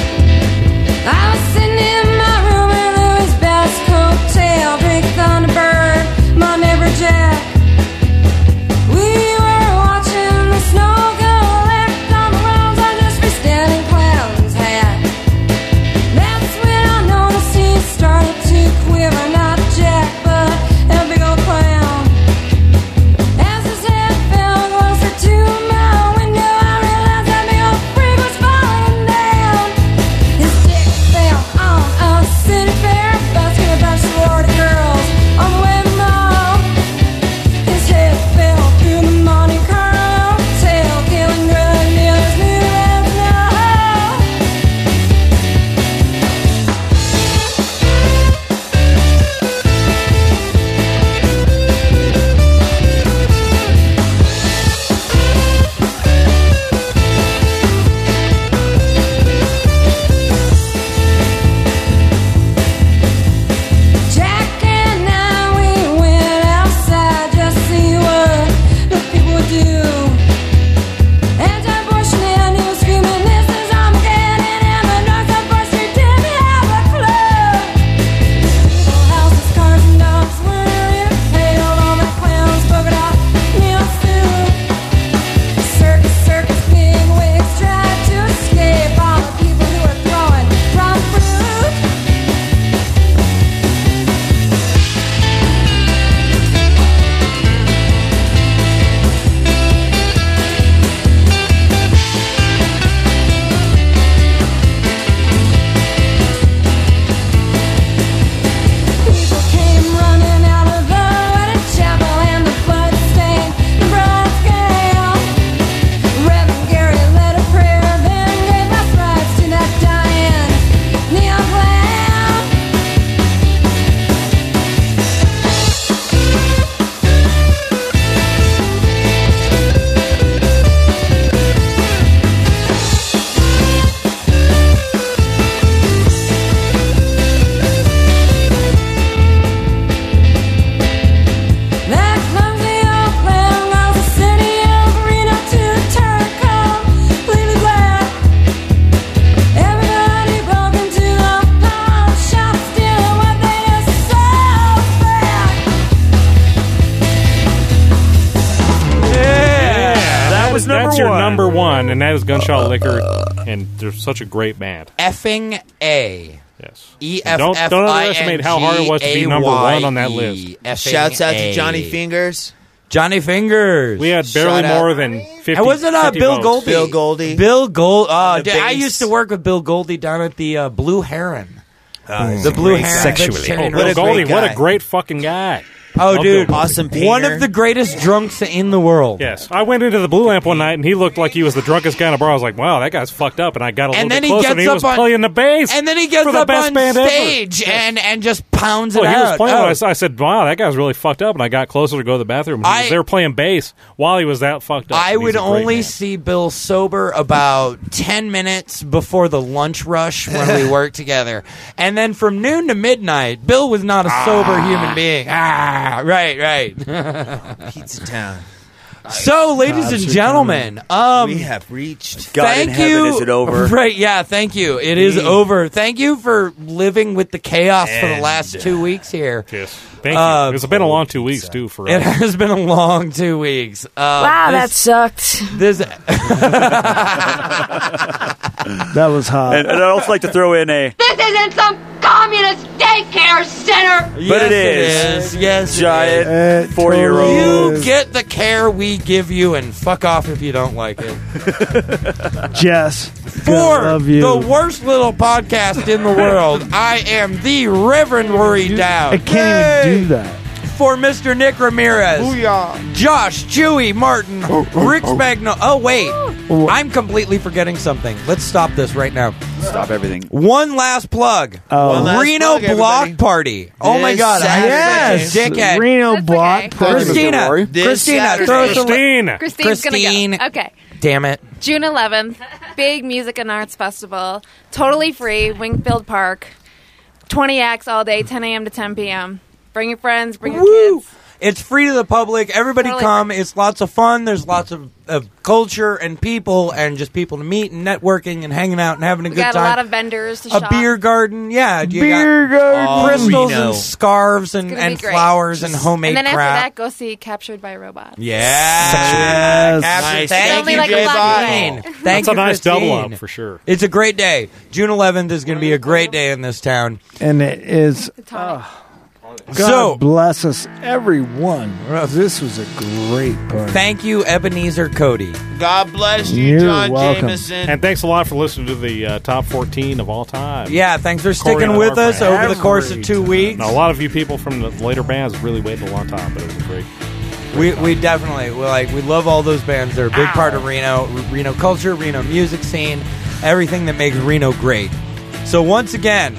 I was sitting in my room in Louis Bass cocktail, drink Thunderbird, my neighbor Jack. We were watching the snow go collect on the rounds I just reached down in Clown's hat. That's when I noticed he started to quiver, not Jack, but a big old clown. As his head fell closer to my window, I realized that big old freak was falling down. His dick fell on a city fair basket of bunch of sorority girls on the way to the mall. His head fell through the Monte Carlo tail, killing drug dealers new as now. Jack and I, we went outside just to see what the people would do. Anti-abortion and he was screaming, "This is Armageddon!" And the drugs on First Street turned me out of club. People, houses, cars, and dogs were paid all my clowns, polka dot neon suit. Circus, circus, big wigs tried to escape all the people who were throwing from fruit. People came running out of the wedded chapel and the blood stained the bride's gown. Reverend Gary led a prayer, then gave us rights to that dying neon clown. That clumsy old clown calls the city of Reno to turn completely black. Everybody broke into the pawn shop, stealing what they just sold back.
That
was number
That's your
one.
number one, and that is Gunshot Liquor, and they're such a great band.
Effing a.
Yes.
E
So
f
don't-
f
don't
i
underestimate
n
how hard it was to be number one on that
G A Y E,
list.
effing
Shouts out to
A.
Johnny Fingers.
Johnny Fingers. We
had barely Shout out. more than 50
And wasn't uh,
50
Bill
votes.
Goldie?
Bill
Goldie. Bill Gold. Uh,
the
dude, I
bass.
used to work with Bill Goldie down at the uh, Blue Heron.
Uh, he's
the
a
Blue
great
Heron.
guy. Sexually.
vegetarian
Oh, Bill
roast.
Goldie, what a great fucking guy.
Oh,
Love
dude,
Bill Cosby.
One of the greatest drunks in the world.
Yes, I went into the Blue Lamp one night and he looked like he was the drunkest guy in a bar. I was like, "Wow, that guy's fucked up." And I got a little
And then
bit
he
closer,
gets
and he
up
was
on
playing the bass,
and then he gets
for the
up
best
on
band ever.
stage and and just pounds
Well,
it
he
out.
was playing.
Oh.
I s- I, said, "Wow, that guy's really fucked up." And I got closer to go to the bathroom. and he was-
I-
they were playing bass while he was that fucked up. and
I
he's
would
a great
only
man.
see Bill sober about 10 minutes before the lunch rush when we worked together. And then from noon to midnight, Bill was not a sober human being. Ah, right, right.
Pizza Town.
So, ladies and
Pizza
gentlemen, um,
we have reached.
God in Thank heaven, you. is it over? Right, yeah, thank you. It is
Mm.
over. Thank you for living with the chaos for the
And,
last two weeks here.
Yes. Thank you. it's been a
Um,
long two weeks too for
It
us.
has been a long two weeks. Uh,
Wow, that
sucked. This.
That was hot.
And, and I'd also like to throw in a.
This isn't some communist daycare center.
But it is.
Yes, it
giant
is.
four-year-old.
You get the care we give you, and fuck off if you don't like it.
Jess.
For
love you.
the worst little podcast in the world, I am the Reverend Worry Down.
I can't even do that.
For Mr. Nick Ramirez, Josh, Chewy, Martin,
oh,
Rick Spagno. Oh, wait. I'm completely forgetting something. Let's stop this right now.
Stop everything.
One last plug.
Oh. One last
Reno
plug, everybody.
Block Party. Oh my
This
God! I-
Saturday.
yes, dickhead.
Reno Block Party.
Christina,
This
Christina,
Saturday.
throw us a
Christine.
Christine's gonna go. Okay.
Damn it.
June 11th, big music and arts festival, totally free, Wingfield Park. 20 acts all day, 10 a.m. to 10 p.m. Bring your friends, bring your
Woo! It's free to the public. Everybody
Totally.
come. It's lots of fun. There's lots of, of culture and people and just people to meet and networking and hanging out and having a
We
good
got
time.
a lot of vendors to
a
shop.
beer garden, yeah. you
Beer
got
garden.
crystals
Reno.
and scarves and,
It's gonna be
and
great.
flowers and homemade
And then after
crap.
that, go see Captured by Robots.
Yeah,
Yes.
Captain,
Nice.
thank
Only
you,
like a lot of
Christine.
people.
Thank
That's
you,
a nice double
Christine.
up for sure.
It's a great day. June 11th is going to be a great day in this town.
And it is. ah. God
So-
bless us, everyone. This was a great party.
Thank you, Ebenezer Cody.
God bless you,
You're
John
welcome.
Jameson.
And thanks a lot for listening to the uh, top 14 of all time.
Yeah, thanks for
According
sticking
to
with
our
us
brand.
over the course of two weeks.
And a lot of you people from the later bands really waited a long time, but it was a great.
We, we definitely we like we love all those bands. They're a big part of Reno, Reno culture, Reno music scene, everything that makes Reno great. So once again,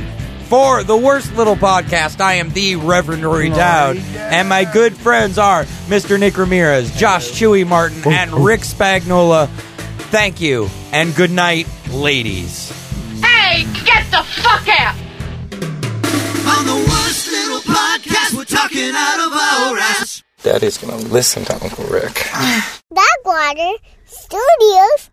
for the worst little podcast, I am the Reverend Rory Dowd, and my good friends are Mr. Nick Ramirez, Josh Chewy Martin, and Rick Spagnola. Thank you and good night, ladies.
Hey, get the fuck out!
On the worst little podcast, we're talking out of our ass.
Daddy's gonna listen to Uncle Rick.
Backwater Studios.